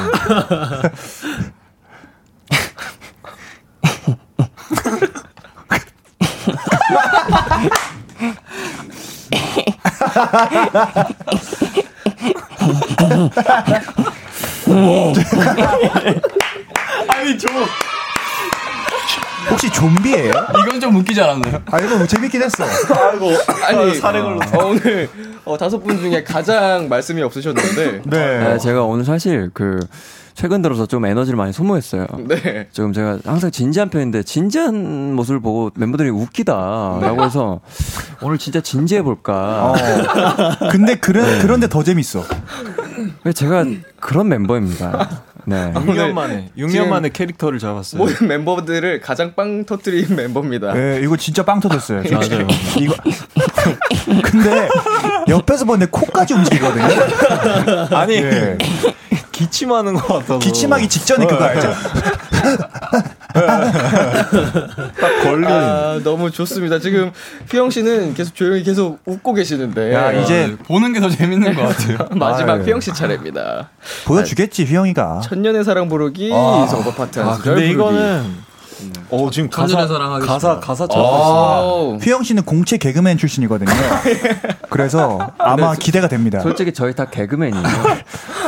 Speaker 2: 혹시 좀비예요?
Speaker 7: 이건 좀 웃기지 않았나요?
Speaker 2: 아, 이거 재밌긴 했어.
Speaker 3: 아니 어, 오늘 어, 다섯 분 중에 가장 말씀이 없으셨는데
Speaker 9: 네,
Speaker 2: 네.
Speaker 9: 제가 오늘 사실 그 최근 들어서 좀 에너지를 많이 소모했어요.
Speaker 3: 네.
Speaker 9: 지금 제가 항상 진지한 편인데 진지한 모습을 보고 멤버들이 웃기다라고 해서 오늘 진짜 진지해 볼까.
Speaker 2: 어. 근데 그런 그런데 더 재밌어.
Speaker 9: 제가 네. 그런 멤버입니다. 네.
Speaker 8: 6년 만에 6년
Speaker 3: 지금-
Speaker 8: 만에 캐릭터를 잡았어요.
Speaker 3: 모든 멤버들을 가장 빵 터뜨린 멤버입니다.
Speaker 2: 예, 이거 진짜 빵 터졌어요.
Speaker 9: 네.
Speaker 2: 저-
Speaker 8: 맞아요.
Speaker 2: 이거 근데 옆에서 봤는데 코까지 움직이거든요.
Speaker 8: 아니
Speaker 2: 예.
Speaker 8: 기침하는 것 같아서
Speaker 9: 네.
Speaker 2: 기침하기 직전에 그거 알죠?
Speaker 8: 딱 걸린.
Speaker 3: 아, 너무 좋습니다. 지금 휘영 씨는 계속 조용히 계속 웃고
Speaker 9: 네.
Speaker 3: 계시는데. 어,
Speaker 2: 야, 이제
Speaker 6: 보는 게 더 재밌는 것 같아요.
Speaker 3: 마지막
Speaker 2: 아유.
Speaker 3: 휘영 씨 차례입니다.
Speaker 2: 보여주겠지, 휘영이가.
Speaker 3: 천년의 사랑 부르기 이성버 파트 한
Speaker 8: 아,
Speaker 3: 소절
Speaker 8: 근데
Speaker 3: 부르기.
Speaker 8: 이거는 어 지금 가사
Speaker 7: 천년의 사랑 하겠습니다.
Speaker 8: 가사 가사 잘
Speaker 3: 아,
Speaker 2: 휘영 씨는 공채 개그맨 출신이거든요. 그래서 아마 기대가 됩니다.
Speaker 9: 솔직히 네, 저희 다 개그맨이에요.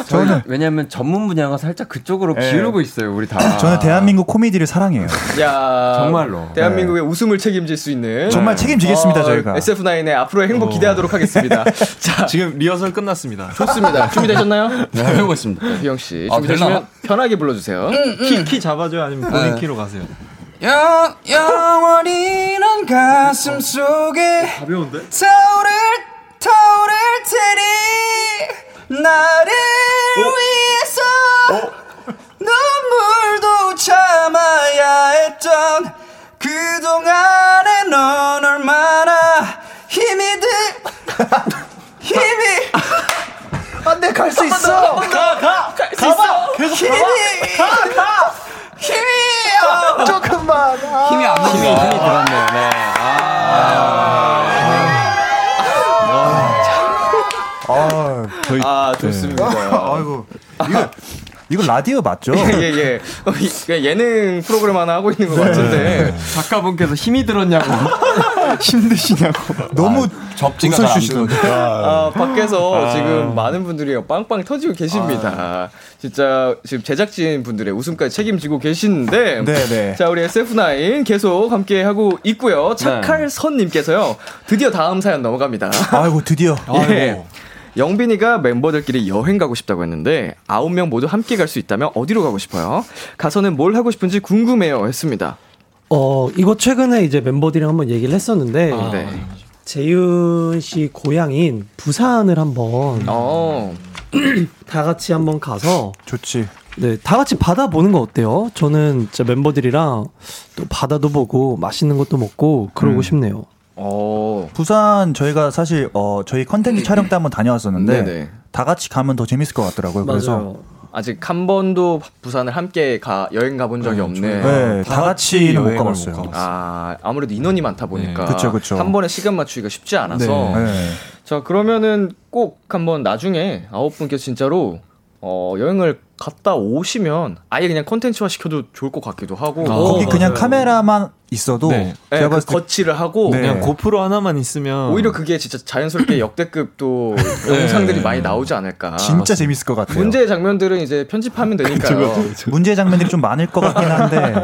Speaker 9: 저는 왜냐하면 전문 분야가 살짝 그쪽으로
Speaker 2: 예.
Speaker 9: 기울고 있어요. 우리 다.
Speaker 2: 저는 대한민국 코미디를 사랑해요.
Speaker 3: 야
Speaker 9: 정말로.
Speaker 3: 대한민국의 웃음을 책임질 수 있는
Speaker 2: 네. 정말
Speaker 3: 아,
Speaker 2: 책임지겠습니다, 저희가.
Speaker 3: 어, SF9의 앞으로의 행복 기대하도록 하겠습니다. 자,
Speaker 8: 지금 리허설 끝났습니다.
Speaker 3: 좋습니다. 준비되셨나요?
Speaker 9: 네.
Speaker 7: 해보고 있습니다.
Speaker 3: 휘영 씨
Speaker 6: 아,
Speaker 3: 준비되시면
Speaker 6: 되려나?
Speaker 3: 편하게 불러주세요.
Speaker 8: 키, 키 잡아줘요 아니면 본인 키로 가세요.
Speaker 4: 영, 영원히 넌 가슴 속에
Speaker 8: 어, 가벼운데?
Speaker 4: 타오를 타오를 테니 나를
Speaker 8: 어?
Speaker 4: 위해서 눈물도 참아야 했던 그동안에 넌 얼마나 힘이 들 힘이
Speaker 2: 안돼 갈 수 있어.
Speaker 4: 힘이 힘이
Speaker 2: 조금만. 아.
Speaker 6: 힘이 안 나와.
Speaker 9: 들었네요. 네.
Speaker 2: 아,
Speaker 8: 저희
Speaker 3: 아, 좋습니다.
Speaker 2: 아이고. 이거 이거 라디오 맞죠?
Speaker 3: 예, 예. 어, 이- 그냥 예능 프로그램 하나 하고 있는 것 같은데.
Speaker 9: 작가분께서 힘이 들었냐고 힘드시냐고.
Speaker 2: 너무
Speaker 6: 접지가
Speaker 2: 웃어
Speaker 6: 잘안
Speaker 2: 주시던데.
Speaker 3: 아, 아. 밖에서 지금 많은 분들이 빵빵 터지고 계십니다. 진짜 지금 제작진 분들의 웃음까지 책임지고 계시는데.
Speaker 2: 네네.
Speaker 3: 자, 우리 SF9 계속 함께 하고 있고요. 네. 착할선님께서요. 드디어 다음 사연 넘어갑니다.
Speaker 2: 아이고 드디어.
Speaker 3: 예. 영빈이가 멤버들끼리 여행 가고 싶다고 했는데 아홉 명 모두 함께 갈 수 있다면 어디로 가고 싶어요? 가서는 뭘 하고 싶은지 궁금해요 했습니다.
Speaker 5: 어, 이거 최근에 이제 멤버들이랑 한번 얘기를 했었는데
Speaker 2: 아.
Speaker 9: 아,
Speaker 3: 네.
Speaker 5: 재윤 씨 고향인 부산을 한번
Speaker 3: 어.
Speaker 5: 다 같이 한번 가서
Speaker 2: 좋지.
Speaker 5: 네, 다 같이 바다 보는 거 어때요? 저는 진짜 멤버들이랑 또 바다도 보고 맛있는 것도 먹고 그러고 싶네요.
Speaker 3: 어.
Speaker 2: 부산 저희가 사실 어 저희 컨텐츠 촬영 때 한번 다녀왔었는데
Speaker 3: 네네.
Speaker 2: 다 같이 가면 더 재밌을 것 같더라고요. 그래서
Speaker 3: 아직 한 번도 부산을 함께 가 여행 가본 적이 없네.
Speaker 2: 네,
Speaker 8: 다
Speaker 2: 다
Speaker 8: 같이
Speaker 2: 같이는 못
Speaker 8: 여행을
Speaker 2: 가봤어요.
Speaker 8: 못 가봤어요.
Speaker 3: 아, 아무래도 인원이 많다 보니까
Speaker 2: 네. 그쵸, 그쵸.
Speaker 3: 한 번에 시간 맞추기가 쉽지 않아서
Speaker 2: 네.
Speaker 3: 자 그러면은 꼭 한번 나중에 아홉 분께서 진짜로 어, 여행을 갔다 오시면 아예 그냥 컨텐츠화 시켜도 좋을 것 같기도 하고 어.
Speaker 2: 거기 그냥
Speaker 5: 맞아요.
Speaker 2: 카메라만 있어도
Speaker 8: 네.
Speaker 3: 예,
Speaker 2: 제가
Speaker 3: 그
Speaker 2: 봤을 때
Speaker 3: 거치를 하고
Speaker 2: 네.
Speaker 8: 그냥 고프로 하나만
Speaker 7: 어.
Speaker 8: 있으면
Speaker 3: 오히려 그게 진짜 자연스럽게 역대급 또 영상들이 많이 나오지 않을까.
Speaker 2: 네. 진짜 재밌을 것 같아요. 문제
Speaker 3: 문제의 장면들은 이제 편집하면 되니까요.
Speaker 2: 문제 장면들이 좀 많을 것 같긴 한데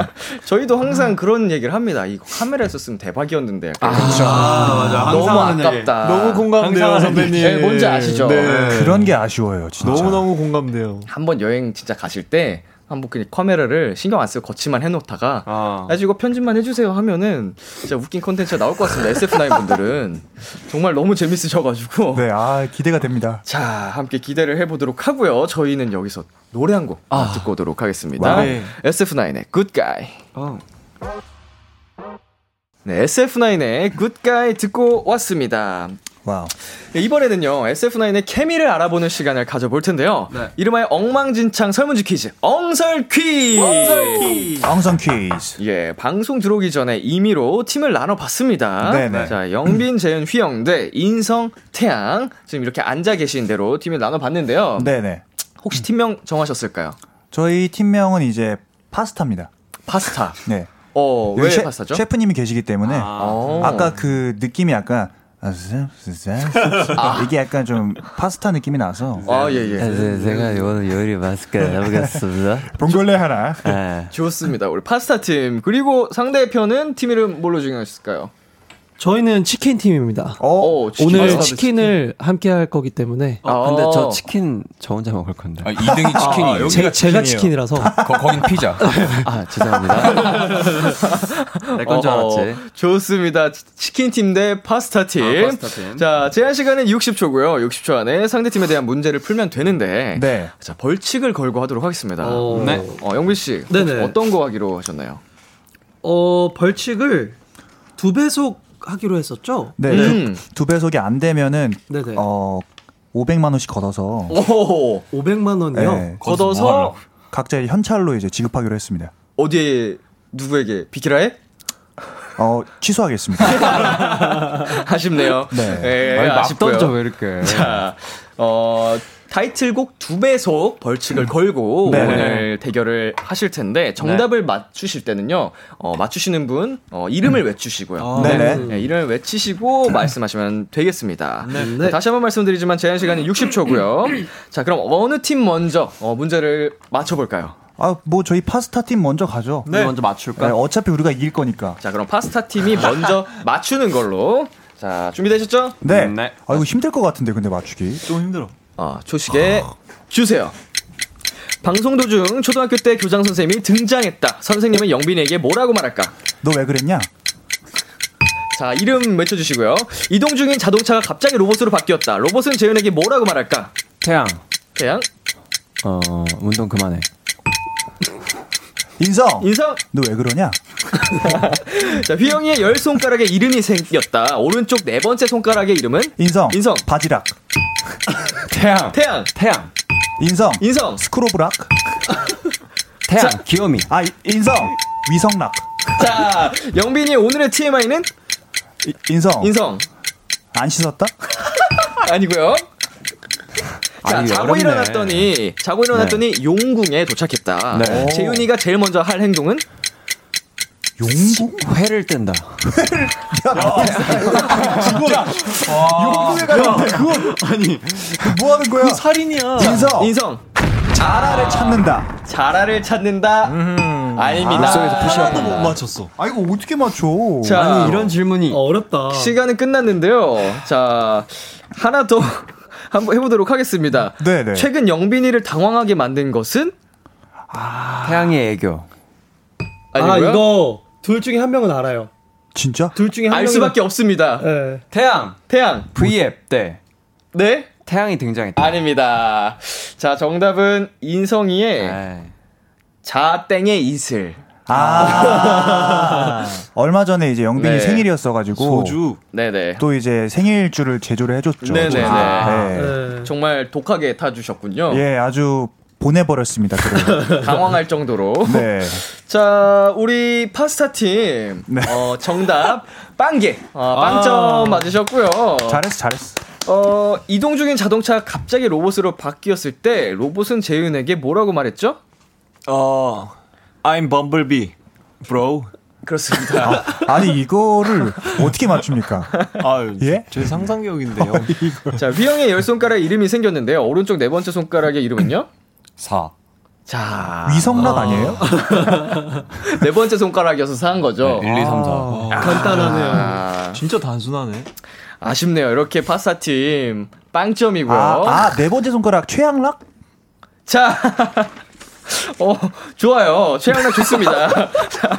Speaker 3: 저희도 항상 그런 얘기를 합니다. 이 카메라 썼으면 대박이었는데.
Speaker 2: 그렇죠.
Speaker 7: 아, 맞아. 항상
Speaker 3: 너무
Speaker 7: 하는 얘기.
Speaker 3: 아깝다.
Speaker 8: 너무 공감돼요 선배님.
Speaker 3: 네, 뭔지 아시죠?
Speaker 8: 네.
Speaker 2: 그런 게 아쉬워요. 진짜.
Speaker 8: 너무 너무 공감돼요.
Speaker 3: 한번 여행 진짜 가실 때 한번 그냥 카메라를 신경 안 쓰고 거치만 해놓다가
Speaker 9: 아.
Speaker 3: 나중에 이거 편집만 해주세요 하면은 진짜 웃긴 컨텐츠가 나올 것 같습니다. SF9 분들은 정말 너무 재밌으셔가지고
Speaker 2: 네, 아 기대가 됩니다.
Speaker 3: 자 함께 기대를 해보도록 하고요. 저희는 여기서 노래 한 곡 듣고 오도록 하겠습니다.
Speaker 8: 와. 네.
Speaker 3: SF9의 Good Guy. 네, SF9의 Good Guy 듣고 왔습니다.
Speaker 2: 와우.
Speaker 3: 네, 이번에는요 SF9의 케미를 알아보는 시간을 가져볼 텐데요.
Speaker 7: 네.
Speaker 3: 이름하여 엉망진창 설문지 퀴즈 엉설 퀴즈.
Speaker 2: 엉성 퀴즈.
Speaker 3: 예, 방송 들어오기 전에 임의로 팀을 나눠봤습니다.
Speaker 2: 네네.
Speaker 3: 자, 영빈, 재윤, 휘영, 대 인성, 태양. 지금 이렇게 앉아 계신 대로 팀을 나눠봤는데요.
Speaker 2: 네네.
Speaker 3: 혹시 팀명 정하셨을까요?
Speaker 2: 저희 팀명은 이제 파스타입니다.
Speaker 3: 파스타.
Speaker 2: 네.
Speaker 3: 어, 왜
Speaker 2: 여기 셰-
Speaker 3: 파스타죠?
Speaker 2: 셰프님이 계시기 때문에
Speaker 3: 어.
Speaker 2: 아까 그 느낌이 약간 아, 쓰- 쓰- 쓰- 이게 약간 좀 파스타 느낌이 나서 네.
Speaker 3: 아, 예, 예.
Speaker 9: 제가 오늘 요리 맛있게 해보겠습니다.
Speaker 2: 봉골레 하나
Speaker 3: 네. 좋습니다. 우리 파스타 팀. 그리고 상대편은 팀 이름 뭘로 정했을까요?
Speaker 5: 저희는 치킨 팀입니다.
Speaker 2: 어,
Speaker 3: 어, 치킨.
Speaker 5: 오늘
Speaker 3: 파스타도
Speaker 5: 아, 치킨을 함께 할 거기 때문에
Speaker 3: 아.
Speaker 9: 근데 저 치킨 저 혼자 먹을 건데.
Speaker 6: 아, 2등이 치킨이에요.
Speaker 5: 제, 제가 치킨이라서
Speaker 6: 거, 거긴 피자.
Speaker 9: 아 죄송합니다. 내 건 줄 알았지.
Speaker 3: 어. 어허, 좋습니다. 치- 치킨 팀 대 파스타 팀.
Speaker 7: 아, 파스타 팀.
Speaker 3: 자, 제한 시간은 60초고요. 60초 안에 상대 팀에 대한 문제를 풀면 되는데.
Speaker 2: 네.
Speaker 3: 자, 벌칙을 걸고 하도록 하겠습니다.
Speaker 7: 네.
Speaker 3: 어, 영빈 씨. 혹시
Speaker 5: 네네.
Speaker 3: 어떤 거 하기로 하셨나요?
Speaker 5: 어, 벌칙을 두 배속 하기로 했었죠?
Speaker 2: 네.
Speaker 3: 음.
Speaker 2: 그 두 배속이 안 되면은
Speaker 5: 네네.
Speaker 2: 어 500만 원씩 걷어서
Speaker 3: 오.
Speaker 5: 500만 원이요.
Speaker 2: 네,
Speaker 3: 걷어서
Speaker 2: 각자 현찰로 이제 지급하기로 했습니다.
Speaker 3: 어디에 누구에게 비키라에
Speaker 2: 어, 취소하겠습니다.
Speaker 3: 아쉽네요.
Speaker 2: 네.
Speaker 3: 예,
Speaker 9: 아니, 막
Speaker 3: 아쉽고요.
Speaker 9: 던져, 왜 이렇게.
Speaker 3: 자, 어, 타이틀곡 두 배속 벌칙을 걸고
Speaker 2: 네.
Speaker 3: 오늘 대결을 하실 텐데 정답을
Speaker 9: 네.
Speaker 3: 맞추실 때는요 어, 맞추시는 분 어, 이름을
Speaker 9: 음.
Speaker 3: 외치시고요.
Speaker 9: 아,
Speaker 2: 네네.
Speaker 3: 네, 이름을 외치시고
Speaker 9: 네.
Speaker 3: 말씀하시면 되겠습니다. 자, 다시 한번 말씀드리지만 제한 시간이 60초고요. 자, 그럼 어느 팀 먼저 어, 문제를 맞춰볼까요?
Speaker 2: 아, 뭐 저희 파스타 팀 먼저 가죠.
Speaker 7: 우리 먼저 맞출까?
Speaker 2: 네, 어차피 우리가 이길 거니까.
Speaker 3: 자, 그럼 파스타 팀이 먼저 맞추는 걸로. 자, 준비되셨죠?
Speaker 2: 네.
Speaker 7: 네.
Speaker 2: 아, 이거 힘들 것 같은데, 근데 맞추기.
Speaker 8: 좀 힘들어.
Speaker 3: 어, 초식에 주세요. 방송 도중 초등학교 때 교장 선생님이 등장했다. 선생님은 영빈이에게 뭐라고 말할까?
Speaker 2: 너 왜 그랬냐?
Speaker 3: 자, 이름 외쳐주시고요. 이동 중인 자동차가 갑자기 로봇으로 바뀌었다. 로봇은 재현에게 뭐라고 말할까?
Speaker 7: 태양.
Speaker 3: 태양,
Speaker 9: 어, 운동 그만해.
Speaker 2: 인성!
Speaker 3: 인성.
Speaker 2: 너 왜 그러냐?
Speaker 3: 자, 휘영이의 열 손가락에 이름이 생겼다. 오른쪽 네 번째 손가락의 이름은
Speaker 2: 인성!
Speaker 3: 인성.
Speaker 2: 바지락!
Speaker 7: 태양.
Speaker 3: 태양,
Speaker 7: 태양.
Speaker 2: 인성!
Speaker 3: 인성.
Speaker 2: 스크로브락!
Speaker 9: 태양, 귀요미.
Speaker 2: 아, 이- 인성! 위성락!
Speaker 3: 자, 영빈이의 오늘의 TMI는
Speaker 2: 이- 인성!
Speaker 7: 어.
Speaker 3: 인성
Speaker 2: 안 씻었다?
Speaker 3: 아니고요. 자,
Speaker 9: 아니,
Speaker 3: 자고
Speaker 9: 어렵네.
Speaker 3: 일어났더니 자고 일어났더니 용궁에 도착했다. 어,
Speaker 9: 네.
Speaker 3: 재윤이가 제일 먼저 할 행동은
Speaker 2: 용궁?
Speaker 9: 회를 뗀다.
Speaker 2: 용궁에 가는데, 그거. 아니. 뭐 하는
Speaker 3: 그
Speaker 2: 거야?
Speaker 5: 그 살인이야.
Speaker 2: 인성!
Speaker 3: 인성
Speaker 2: 자라를 찾는다.
Speaker 3: 자라를 찾는다. 아닙니다.
Speaker 2: 하나도 못 맞췄어. 아, 이거 어떻게 맞춰?
Speaker 3: 자,
Speaker 9: 아니, 이런 질문이.
Speaker 5: 어렵다.
Speaker 3: 시간은 끝났는데요. 자, 하나 더 한번 해보도록 하겠습니다.
Speaker 2: 네네.
Speaker 3: 최근 영빈이를 당황하게 만든 것은
Speaker 9: 태양의 애교.
Speaker 5: 아,
Speaker 3: 아니고요.
Speaker 5: 이거 둘 중에 한 명은 알아요.
Speaker 2: 진짜?
Speaker 5: 둘 중에 한
Speaker 3: 알
Speaker 5: 명은-
Speaker 3: 수밖에 없습니다.
Speaker 5: 예.
Speaker 9: 태양!
Speaker 3: 태양,
Speaker 9: V앱 때
Speaker 3: 네?
Speaker 9: 태양이 등장했다.
Speaker 3: 아닙니다. 자, 정답은 인성이의
Speaker 6: 네.
Speaker 4: 네.
Speaker 9: 에이.
Speaker 3: 자땡의 이슬.
Speaker 2: 아. 얼마 전에 이제 영빈이
Speaker 3: 네.
Speaker 2: 생일이었어가지고.
Speaker 8: 소주.
Speaker 3: 네네.
Speaker 2: 또 이제 생일주를 제조를 해줬죠.
Speaker 3: 네네네.
Speaker 2: 저희가. 네.
Speaker 5: 예.
Speaker 3: 정말 독하게 타주셨군요.
Speaker 2: 예, 아주 보내버렸습니다. 그래요.
Speaker 3: 당황할 정도로.
Speaker 2: 네.
Speaker 3: 자, 우리 파스타 팀. 어, 정답. 빵개. 어,
Speaker 8: 아.
Speaker 3: 빵점 맞으셨고요.
Speaker 2: 잘했어, 잘했어.
Speaker 3: 어, 이동 중인 자동차가 갑자기 로봇으로 바뀌었을 때 로봇은 재윤에게 뭐라고 말했죠?
Speaker 8: 어, I'm Bumblebee, bro.
Speaker 3: 그렇습니다.
Speaker 2: 아니, 이거를 어떻게 맞춥니까?
Speaker 8: 아유,
Speaker 2: 예?
Speaker 8: 제 상상력인데요.
Speaker 3: 자, 휘영의 열 손가락에 이름이 생겼는데요. 오른쪽 네 번째 손가락의 이름은요?
Speaker 7: 4.
Speaker 3: 자,
Speaker 2: 위성락 아니에요?
Speaker 3: 네 번째 손가락이어서 어. 사한 거죠.
Speaker 2: 네.
Speaker 7: 1, 2, 3,
Speaker 2: 아.
Speaker 7: 4.
Speaker 5: 간단하네요.
Speaker 3: 아,
Speaker 8: 아, 진짜 단순하네.
Speaker 3: 아쉽네요. 이렇게 파스타 팀 빵점이고요.
Speaker 2: 아, 아, 네 번째 손가락 최양락?
Speaker 3: 자, 어, 좋아요. 최양락 좋습니다. 자,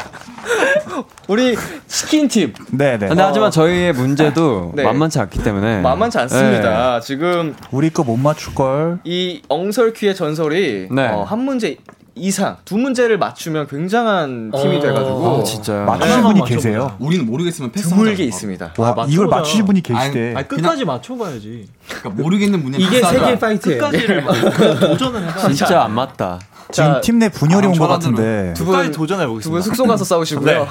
Speaker 3: 우리 치킨팀 어.
Speaker 2: 네네.
Speaker 9: 근데 하지만 저희의 문제도
Speaker 3: 네.
Speaker 9: 만만치 않기 때문에.
Speaker 3: 만만치
Speaker 9: 예.
Speaker 3: 않습니다. 지금
Speaker 2: 우리 거 못 맞출걸.
Speaker 3: 이 엉설퀴의 전설이
Speaker 9: 네.
Speaker 3: 어, 한 문제 이상 두 문제를 맞추면 굉장한 팀이
Speaker 5: 어.
Speaker 3: 돼가지고
Speaker 9: 아, 진짜요?
Speaker 2: 맞추신 분이 계세요.
Speaker 7: 우리는 모르겠으면 패스.
Speaker 3: 드물게 있습니다.
Speaker 2: 와, 이걸 맞추신 분이 계시대.
Speaker 7: 아니, 아니, 그냥
Speaker 8: 끝까지 맞춰봐야지.
Speaker 7: 그러니까 모르겠는 문제
Speaker 5: 이게 세계 파이트예요.
Speaker 8: 끝까지를 막 도전을 해봐.
Speaker 9: 진짜 안 맞다.
Speaker 3: 자,
Speaker 2: 지금 팀 내 분열이
Speaker 7: 아,
Speaker 2: 온 것
Speaker 7: 저한테는
Speaker 2: 같은데.
Speaker 3: 두
Speaker 8: 끝까지
Speaker 3: 분, 두 분
Speaker 8: 도전해보겠습니다.
Speaker 3: 숙소 가서 싸우시고요.
Speaker 8: 네.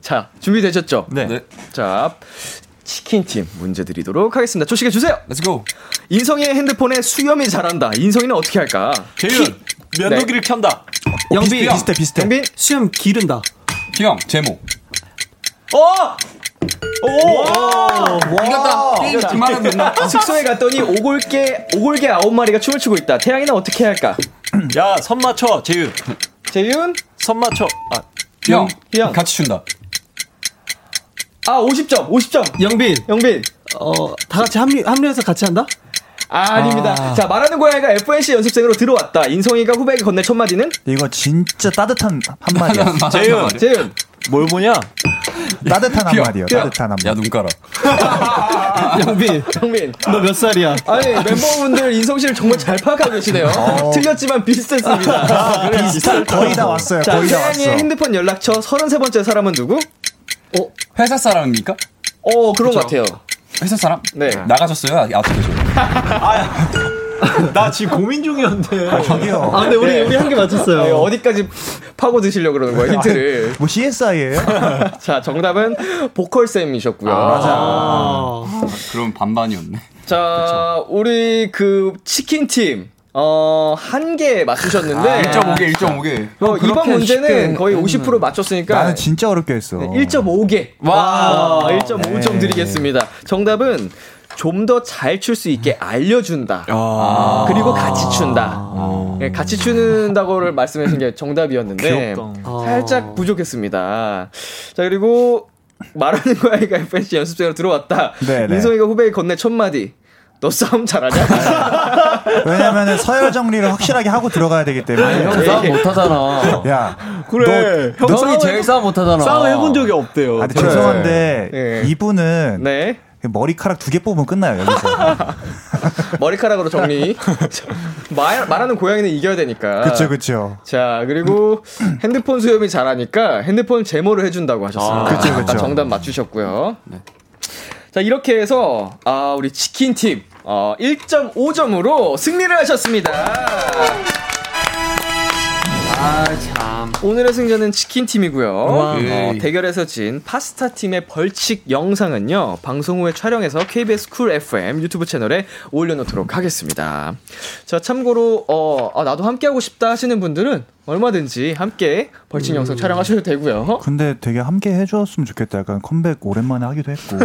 Speaker 3: 자, 준비되셨죠?
Speaker 8: 네.
Speaker 3: 자, 치킨팀 문제 드리도록 하겠습니다. 조식해 주세요!
Speaker 7: Let's go.
Speaker 3: 인성이의 핸드폰에 수염이 자란다. 인성이는 어떻게 할까?
Speaker 8: 재윤, 면도기를 켠다.
Speaker 2: 어, 비슷해, 비슷해, 비슷해.
Speaker 3: 빈
Speaker 5: 수염 기른다.
Speaker 7: 기영 제모.
Speaker 2: 어! 이겼다.
Speaker 7: 게임 그만하면 된다.
Speaker 3: 숙소에 갔더니 오골개, 오골개 아홉 마리가 춤을 추고 있다. 태양이는 어떻게 할까?
Speaker 8: 야, 선 맞춰, 재윤.
Speaker 3: 재윤?
Speaker 8: 선 맞춰. 아,
Speaker 7: 기영.
Speaker 3: 기영.
Speaker 7: 같이 춘다.
Speaker 3: 아, 50점, 50점.
Speaker 5: 영빈,
Speaker 3: 영빈.
Speaker 5: 어, 다 같이 합류, 합류해서 같이 한다?
Speaker 3: 아, 아닙니다. 자, 말하는 고양이가 FNC 연습생으로 들어왔다. 인성이가 후배에게 건넬 첫 마디는?
Speaker 2: 이거 진짜 따뜻한 한마디야.
Speaker 8: 재윤.
Speaker 3: 재윤.
Speaker 8: 뭘 보냐?
Speaker 2: 따뜻한 한마디야.
Speaker 3: 뛰어.
Speaker 2: 따뜻한
Speaker 7: 야
Speaker 2: 한마디.
Speaker 7: 눈가라.
Speaker 3: 아.
Speaker 5: 영빈,
Speaker 3: 정민.
Speaker 5: 너 몇 살이야?
Speaker 3: 아니, 멤버분들 인성 씨를 정말 잘 파악하고 계시네요. 틀렸지만 어. 아, 비슷했습니다.
Speaker 2: 비슷한 거의 다 왔어요.
Speaker 3: 자,
Speaker 2: 거의 다
Speaker 3: 태양이의
Speaker 2: 왔어.
Speaker 3: 핸드폰 연락처 33번째 사람은 누구?
Speaker 7: 회사 사람입니까?
Speaker 3: 어, 그런 것 같아요.
Speaker 7: 회사 사람?
Speaker 3: 네.
Speaker 7: 나가셨어요? 아웃되죠.
Speaker 8: 나 지금 고민 중이었는데.
Speaker 2: 저기요.
Speaker 5: 아, 근데 우리,
Speaker 3: 네.
Speaker 5: 우리 한 개 맞췄어요.
Speaker 3: 어디까지 파고 드시려고 그러는 거예요, 힌트를.
Speaker 2: 뭐 CSI예요?
Speaker 3: 자, 정답은 보컬쌤이셨고요.
Speaker 6: 그럼 반반이었네.
Speaker 3: 자, 우리 그 치킨팀. 어, 한 개 맞추셨는데.
Speaker 6: 아, 1.5개, 1.5개.
Speaker 3: 어, 이번
Speaker 5: 그렇게
Speaker 3: 문제는
Speaker 5: 쉽게
Speaker 3: 거의 50% 맞췄으니까. 네,
Speaker 2: 나는 진짜 어렵게 했어.
Speaker 3: 1.5개. 와, 1.5점
Speaker 2: 네.
Speaker 3: 드리겠습니다. 정답은 좀 더 잘 출 수 있게 알려준다.
Speaker 2: 아.
Speaker 7: 아.
Speaker 3: 그리고 같이 춘다. 예, 같이 추는다고를 말씀하신 게 정답이었는데
Speaker 8: 귀엽다.
Speaker 5: 어.
Speaker 2: 아.
Speaker 3: 살짝 부족했습니다. 자 그리고 말하는 거야가 FNC 연습생으로 들어왔다.
Speaker 2: 네, 네.
Speaker 3: 인성이가 후배에 건네 첫 마디. 너 싸움 잘하냐?
Speaker 2: 왜냐면은 서열 정리를 확실하게 하고 들어가야 되기 때문에.
Speaker 5: 예.
Speaker 3: 네.
Speaker 7: 형 싸움 못하잖아.
Speaker 2: 야,
Speaker 8: 그래. 형
Speaker 7: 형이 제일 싸움 못하잖아.
Speaker 8: 싸움 해본 적이 없대요.
Speaker 2: 아, 근데 죄송한데
Speaker 3: 네.
Speaker 2: 이분은
Speaker 3: 네
Speaker 2: 머리카락 두 개 뽑으면 끝나요 여기서.
Speaker 3: 머리카락으로 정리. 말 말하는 고양이는 이겨야 되니까.
Speaker 2: 그쵸 그쵸.
Speaker 3: 자 그리고 핸드폰 수염이 잘하니까 핸드폰 제모를 해준다고 하셨습니다.
Speaker 2: 아, 그쵸, 그쵸.
Speaker 3: 아까 정답 맞추셨고요. 자 이렇게 해서 아 우리 치킨 팀 어, 1.5점으로 승리를 하셨습니다. 아 참. 오늘의 승자는 치킨 팀이고요. 어, 대결에서 진 파스타 팀의 벌칙 영상은요 방송 후에 촬영해서 KBS 쿨 FM 유튜브 채널에 올려놓도록 하겠습니다. 자 참고로 어 아, 나도 함께 하고 싶다 하시는 분들은 얼마든지 함께 벌칙 영상 촬영하셔도 되고요.
Speaker 2: 근데 되게 함께 해줬으면 좋겠다. 약간 컴백 오랜만에 하기도 했고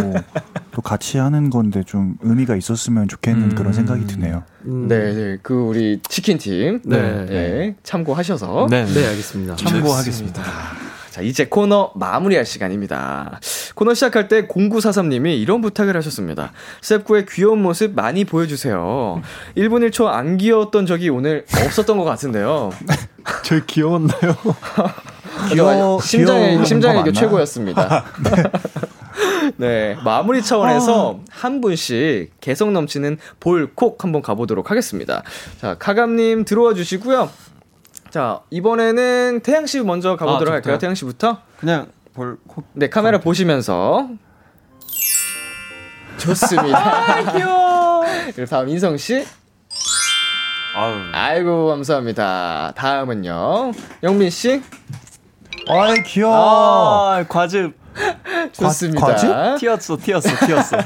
Speaker 2: 또 같이 하는 건데 좀 의미가 있었으면 좋겠는 그런 생각이 드네요.
Speaker 3: 네, 네, 그 우리 치킨 팀, 네,
Speaker 5: 네.
Speaker 3: 예, 참고하셔서.
Speaker 8: 네.
Speaker 5: 네, 알겠습니다.
Speaker 8: 참고하겠습니다.
Speaker 3: 자, 이제 코너 마무리할 시간입니다. 코너 시작할 때 0943님이 이런 부탁을 하셨습니다. 셉코의 귀여운 모습 많이 보여주세요. 1분 1초 안 귀여웠던 적이 오늘 없었던 것 같은데요.
Speaker 8: 저 귀여웠나요?
Speaker 2: 귀여워-
Speaker 3: 심장의
Speaker 2: 어, 귀여운
Speaker 3: 심장의
Speaker 2: 거
Speaker 3: 이게
Speaker 2: 맞나? 아,
Speaker 3: 최고였습니다. 네, 마무리 차원에서
Speaker 2: 어.
Speaker 3: 한 분씩 개성 넘치는 볼콕 한번 가보도록 하겠습니다. 자, 카감님 들어와 주시고요. 자, 이번에는 태양 씨 먼저 가보도록
Speaker 7: 아,
Speaker 3: 할까요?
Speaker 7: 저부터요?
Speaker 3: 태양 씨부터.
Speaker 9: 그냥 볼 콕.
Speaker 3: 네, 카메라 보시면서. 좋습니다. 아, 귀여워. 그리고 다음 인성 씨. 아이고, 감사합니다. 다음은요. 영민 씨.
Speaker 2: 아이
Speaker 8: 아.
Speaker 2: 귀여워.
Speaker 8: 과즙
Speaker 3: 좋습니다.
Speaker 2: 과즙?
Speaker 8: 튀었어, 튀었어, 튀었어.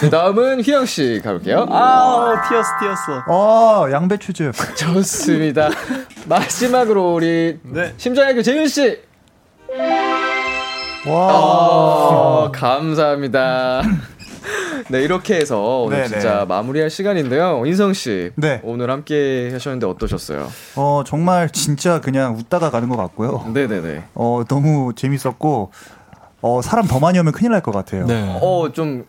Speaker 3: 그 다음은 휘영 씨 가볼게요.
Speaker 8: 아, 튀었어, 튀었어.
Speaker 2: 어 양배추즙.
Speaker 3: 좋습니다. 마지막으로 우리
Speaker 8: 네.
Speaker 3: 심장학교 재윤 씨.
Speaker 2: 와.
Speaker 3: 어, 감사합니다. 네 이렇게 해서 오늘
Speaker 2: 네네.
Speaker 3: 진짜 마무리할 시간인데요. 인성 씨
Speaker 2: 네.
Speaker 3: 오늘 함께 하셨는데 어떠셨어요?
Speaker 2: 어 정말 진짜 그냥 웃다가 가는 것 같고요.
Speaker 3: 네네네.
Speaker 2: 어 너무 재밌었고 어 사람 더 많이 오면 큰일 날 것 같아요.
Speaker 3: 네. 어좀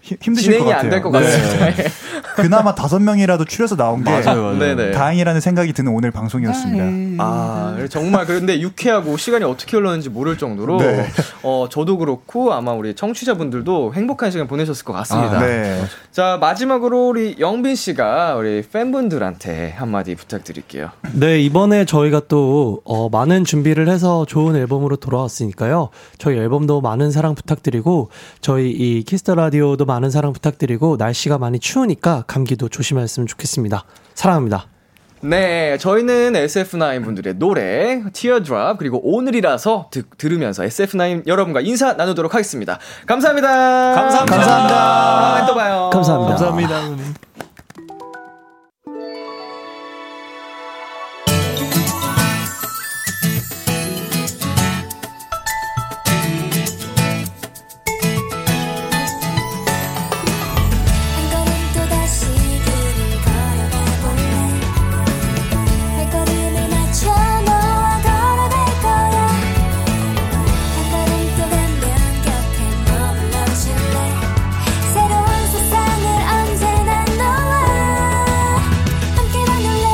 Speaker 2: 힘- 힘드실 것
Speaker 3: 진행이
Speaker 2: 같아요. 네.
Speaker 3: 안 될 것 네. 같습니다.
Speaker 2: 그나마 다섯 명이라도 추려서 나온 게
Speaker 3: 네네.
Speaker 2: 다행이라는 생각이 드는 오늘 방송이었습니다.
Speaker 3: 아, 정말 그런데 유쾌하고 시간이 어떻게 흘렀는지 모를 정도로
Speaker 2: 네.
Speaker 3: 어, 저도 그렇고 아마 우리 청취자분들도 행복한 시간 보내셨을 것 같습니다.
Speaker 2: 네.
Speaker 3: 자, 마지막으로 우리 영빈 씨가 우리 팬분들한테 한마디 부탁드릴게요.
Speaker 5: 네, 이번에 저희가 또, 어, 많은 준비를 해서 좋은 앨범으로 돌아왔으니까요. 저희 앨범도 많은 사랑 부탁드리고, 저희 이 키스터 라디오도 많은 사랑 부탁드리고, 날씨가 많이 추우니까 감기도 조심하셨으면 좋겠습니다. 사랑합니다.
Speaker 3: 네, 저희는 SF9 분들의 노래, 티어드랍, 그리고 오늘이라서 드- 들으면서 SF9 여러분과 인사 나누도록 하겠습니다. 감사합니다. 감사합니다. 다음에 또 봐요.
Speaker 5: 감사합니다.
Speaker 1: 한 걸음 또다시 길을 걸어가 볼래 발걸음을 맞춰 너와 걸어갈 거야 한 걸음 또 가면 곁에 머물러 줄래 새로운 세상을 언제나 너와 함께 만들래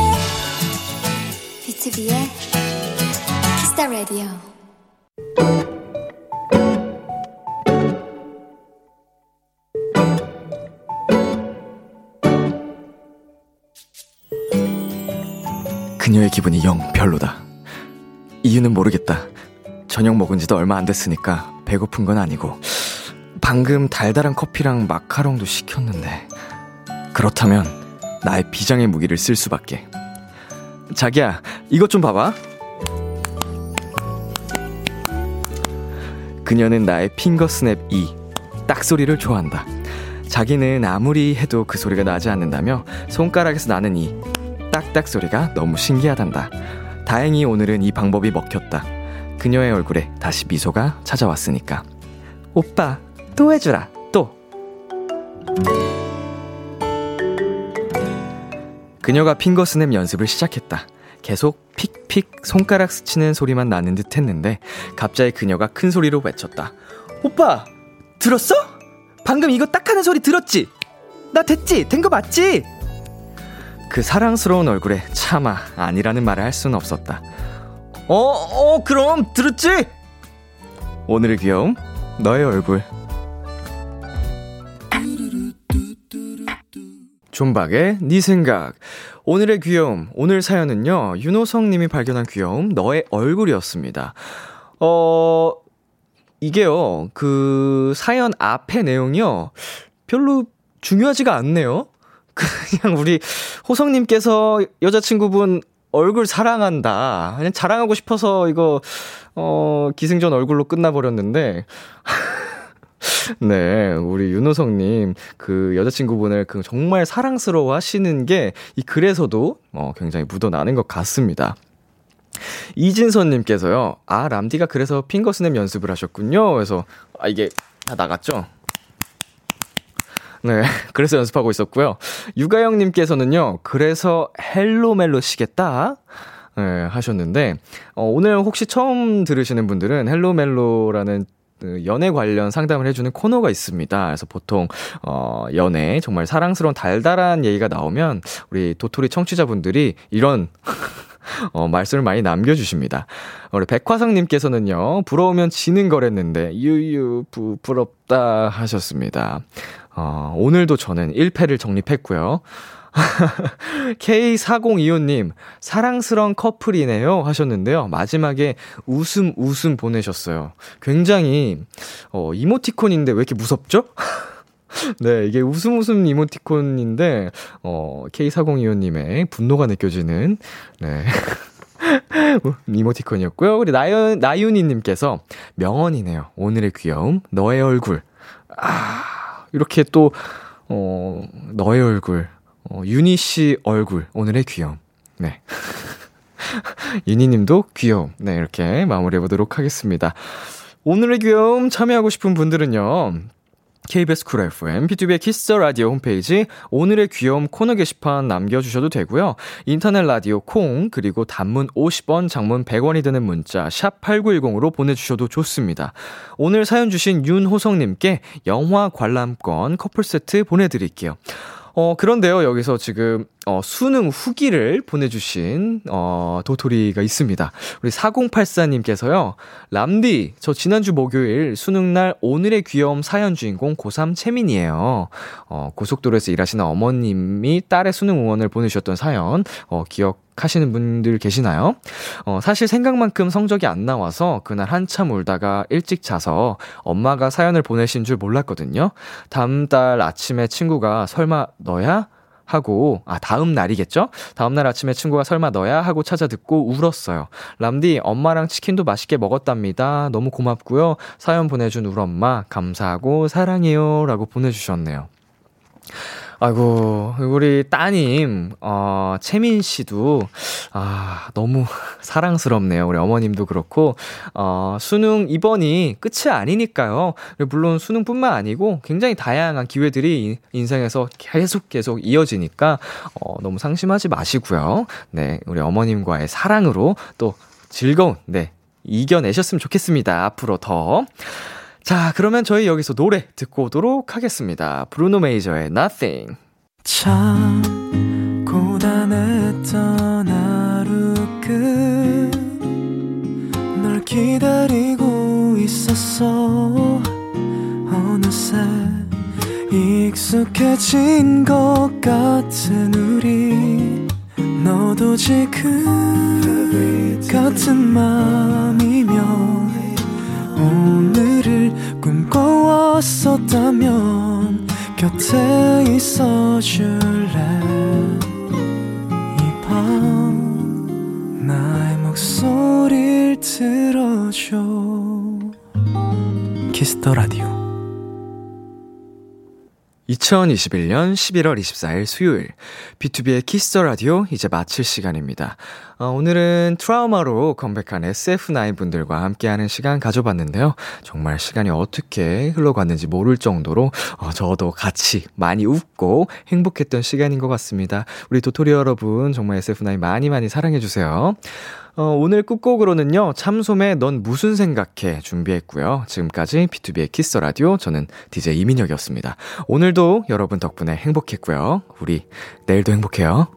Speaker 1: BTOB의 키스타 라디오
Speaker 7: 그녀의 기분이 영 별로다. 이유는 모르겠다. 저녁 먹은 지도 얼마 안 됐으니까 배고픈 건 아니고 방금 달달한 커피랑 마카롱도 시켰는데 그렇다면
Speaker 3: 나의 비장의 무기를 쓸 수밖에. 자기야, 이것 좀 봐봐. 그녀는 나의 핑거스냅 E. 딱 소리를 좋아한다. 자기는 아무리 해도 그 소리가 나지 않는다며 손가락에서 나는 이 딱딱 소리가 너무 신기하단다. 다행히 오늘은 이 방법이 먹혔다. 그녀의 얼굴에 다시 미소가 찾아왔으니까. 오빠, 또 해주라, 또! 그녀가 핑거스냅 연습을 시작했다. 계속 픽픽 손가락 스치는 소리만 나는 듯 했는데 갑자기 그녀가 큰 소리로 외쳤다. 오빠! 들었어? 방금 이거 딱 하는 소리 들었지? 나 됐지? 된 거 맞지? 그 사랑스러운 얼굴에 차마 아니라는 말을 할 수는 없었다. 어, 어, 그럼 들었지? 오늘의 귀여움, 너의 얼굴. 존박의 네 생각. 오늘의 귀여움, 오늘 사연은요, 윤호성 님이 발견한 귀여움, 너의 얼굴이었습니다. 어, 이게요, 그 사연 앞에 내용이요, 별로 중요하지가 않네요. 그냥 우리 호성님께서 여자친구분 얼굴 사랑한다. 그냥 자랑하고 싶어서 이거, 어, 기승전 얼굴로 끝나버렸는데. 네, 우리 윤호성님, 그 여자친구분을 그 정말 사랑스러워 하시는 게 이 글에서도 어, 굉장히 묻어나는 것 같습니다. 이진선님께서요, 아, 람디가 그래서 핑거스냅 연습을 하셨군요. 그래서, 아, 이게 다 나갔죠? 네, 그래서 연습하고 있었고요. 유가영님께서는요, 그래서 헬로멜로 시겠다. 네, 하셨는데, 어, 오늘 혹시 처음 들으시는 분들은 헬로멜로라는 그 연애 관련 상담을 해주는 코너가 있습니다. 그래서 보통, 어, 연애, 정말 사랑스러운 달달한 얘기가 나오면, 우리 도토리 청취자분들이 이런 어, 말씀을 많이 남겨주십니다. 우리 백화상님께서는요, 부러우면 지는 거랬는데, 유유, 부, 부럽다 하셨습니다. 어, 오늘도 저는 1패를 정립했고요. K4025님, 사랑스러운 커플이네요. 하셨는데요. 마지막에 웃음, 웃음 보내셨어요. 굉장히, 어, 이모티콘인데 왜 이렇게 무섭죠? 네, 이게 웃음 웃음 이모티콘인데, 어, K4025님의 분노가 느껴지는, 네. 이모티콘이었고요. 우리 나윤, 나윤이님께서 명언이네요. 오늘의 귀여움, 너의 얼굴. 아, 이렇게 또, 어, 너의 얼굴, 어, 윤희 씨 얼굴, 오늘의 귀여움. 네. 윤희님도 귀여움. 네, 이렇게 마무리해보도록 하겠습니다. 오늘의 귀여움 참여하고 싶은 분들은요. KBS 쿨 FM, B2B의 키스 터 라디오 홈페이지 오늘의 귀여움 코너 게시판 남겨주셔도 되고요. 인터넷 라디오 콩 그리고 단문 50원, 장문 100원이 드는 문자 샵 #8910으로 보내주셔도 좋습니다. 오늘 사연 주신 윤호성님께 영화 관람권 커플 세트 보내드릴게요. 어, 그런데요, 여기서 지금, 어, 수능 후기를 보내주신, 어, 도토리가 있습니다. 우리 4084님께서요, 람디, 저 지난주 목요일 수능날 오늘의 귀여움 사연 주인공 고3 채민이에요. 어, 고속도로에서 일하시는 어머님이 딸의 수능 응원을 보내주셨던 사연, 어, 기억, 하시는 분들 계시나요? 어, 사실 생각만큼 성적이 안 나와서 그날 한참 울다가 일찍 자서 엄마가 사연을 보내신 줄 몰랐거든요. 다음 달 아침에 친구가 설마 너야? 하고 아 다음 날이겠죠? 다음 날 아침에 친구가 설마 너야 하고 찾아 듣고 울었어요. 람디 엄마랑 치킨도 맛있게 먹었답니다. 너무 고맙고요. 사연 보내준 우리 엄마 감사하고 사랑해요라고 보내주셨네요. 아이고, 우리 따님, 어, 채민 씨도, 아, 너무 사랑스럽네요. 우리 어머님도 그렇고, 어, 수능 이번이 끝이 아니니까요. 물론 수능뿐만 아니고 굉장히 다양한 기회들이 인- 인생에서 계속 계속 이어지니까, 어, 너무 상심하지 마시고요. 네, 우리 어머님과의 사랑으로 또 즐거운, 네, 이겨내셨으면 좋겠습니다. 앞으로 더. 자, 그러면 저희 여기서 노래 듣고 오도록 하겠습니다. 브루노 메이저의 Nothing.
Speaker 10: 참 고단했던 하루 끝널 기다리고 있었어 어느새 익숙해진 것 같은 우리 너도 지금 같은 맘이면 오늘을 꿈꿔왔었다면 곁에 있어줄래 이 밤 나의 목소리를 들어줘 키스터 라디오
Speaker 3: 2021년 11월 24일 수요일 B2B의 키스 라디오 이제 마칠 시간입니다. 어, 오늘은 트라우마로 컴백한 SF9 분들과 함께하는 시간 가져봤는데요. 정말 시간이 어떻게 흘러갔는지 모를 정도로 어, 저도 같이 많이 웃고 행복했던 시간인 것 같습니다. 우리 도토리 여러분 정말 SF9 많이 많이 사랑해 주세요. 어, 오늘 끝곡으로는요, 참솜의 넌 무슨 생각해 준비했고요. 지금까지 B2B의 키스 라디오, 저는 DJ 이민혁이었습니다. 오늘도 여러분 덕분에 행복했고요. 우리 내일도 행복해요.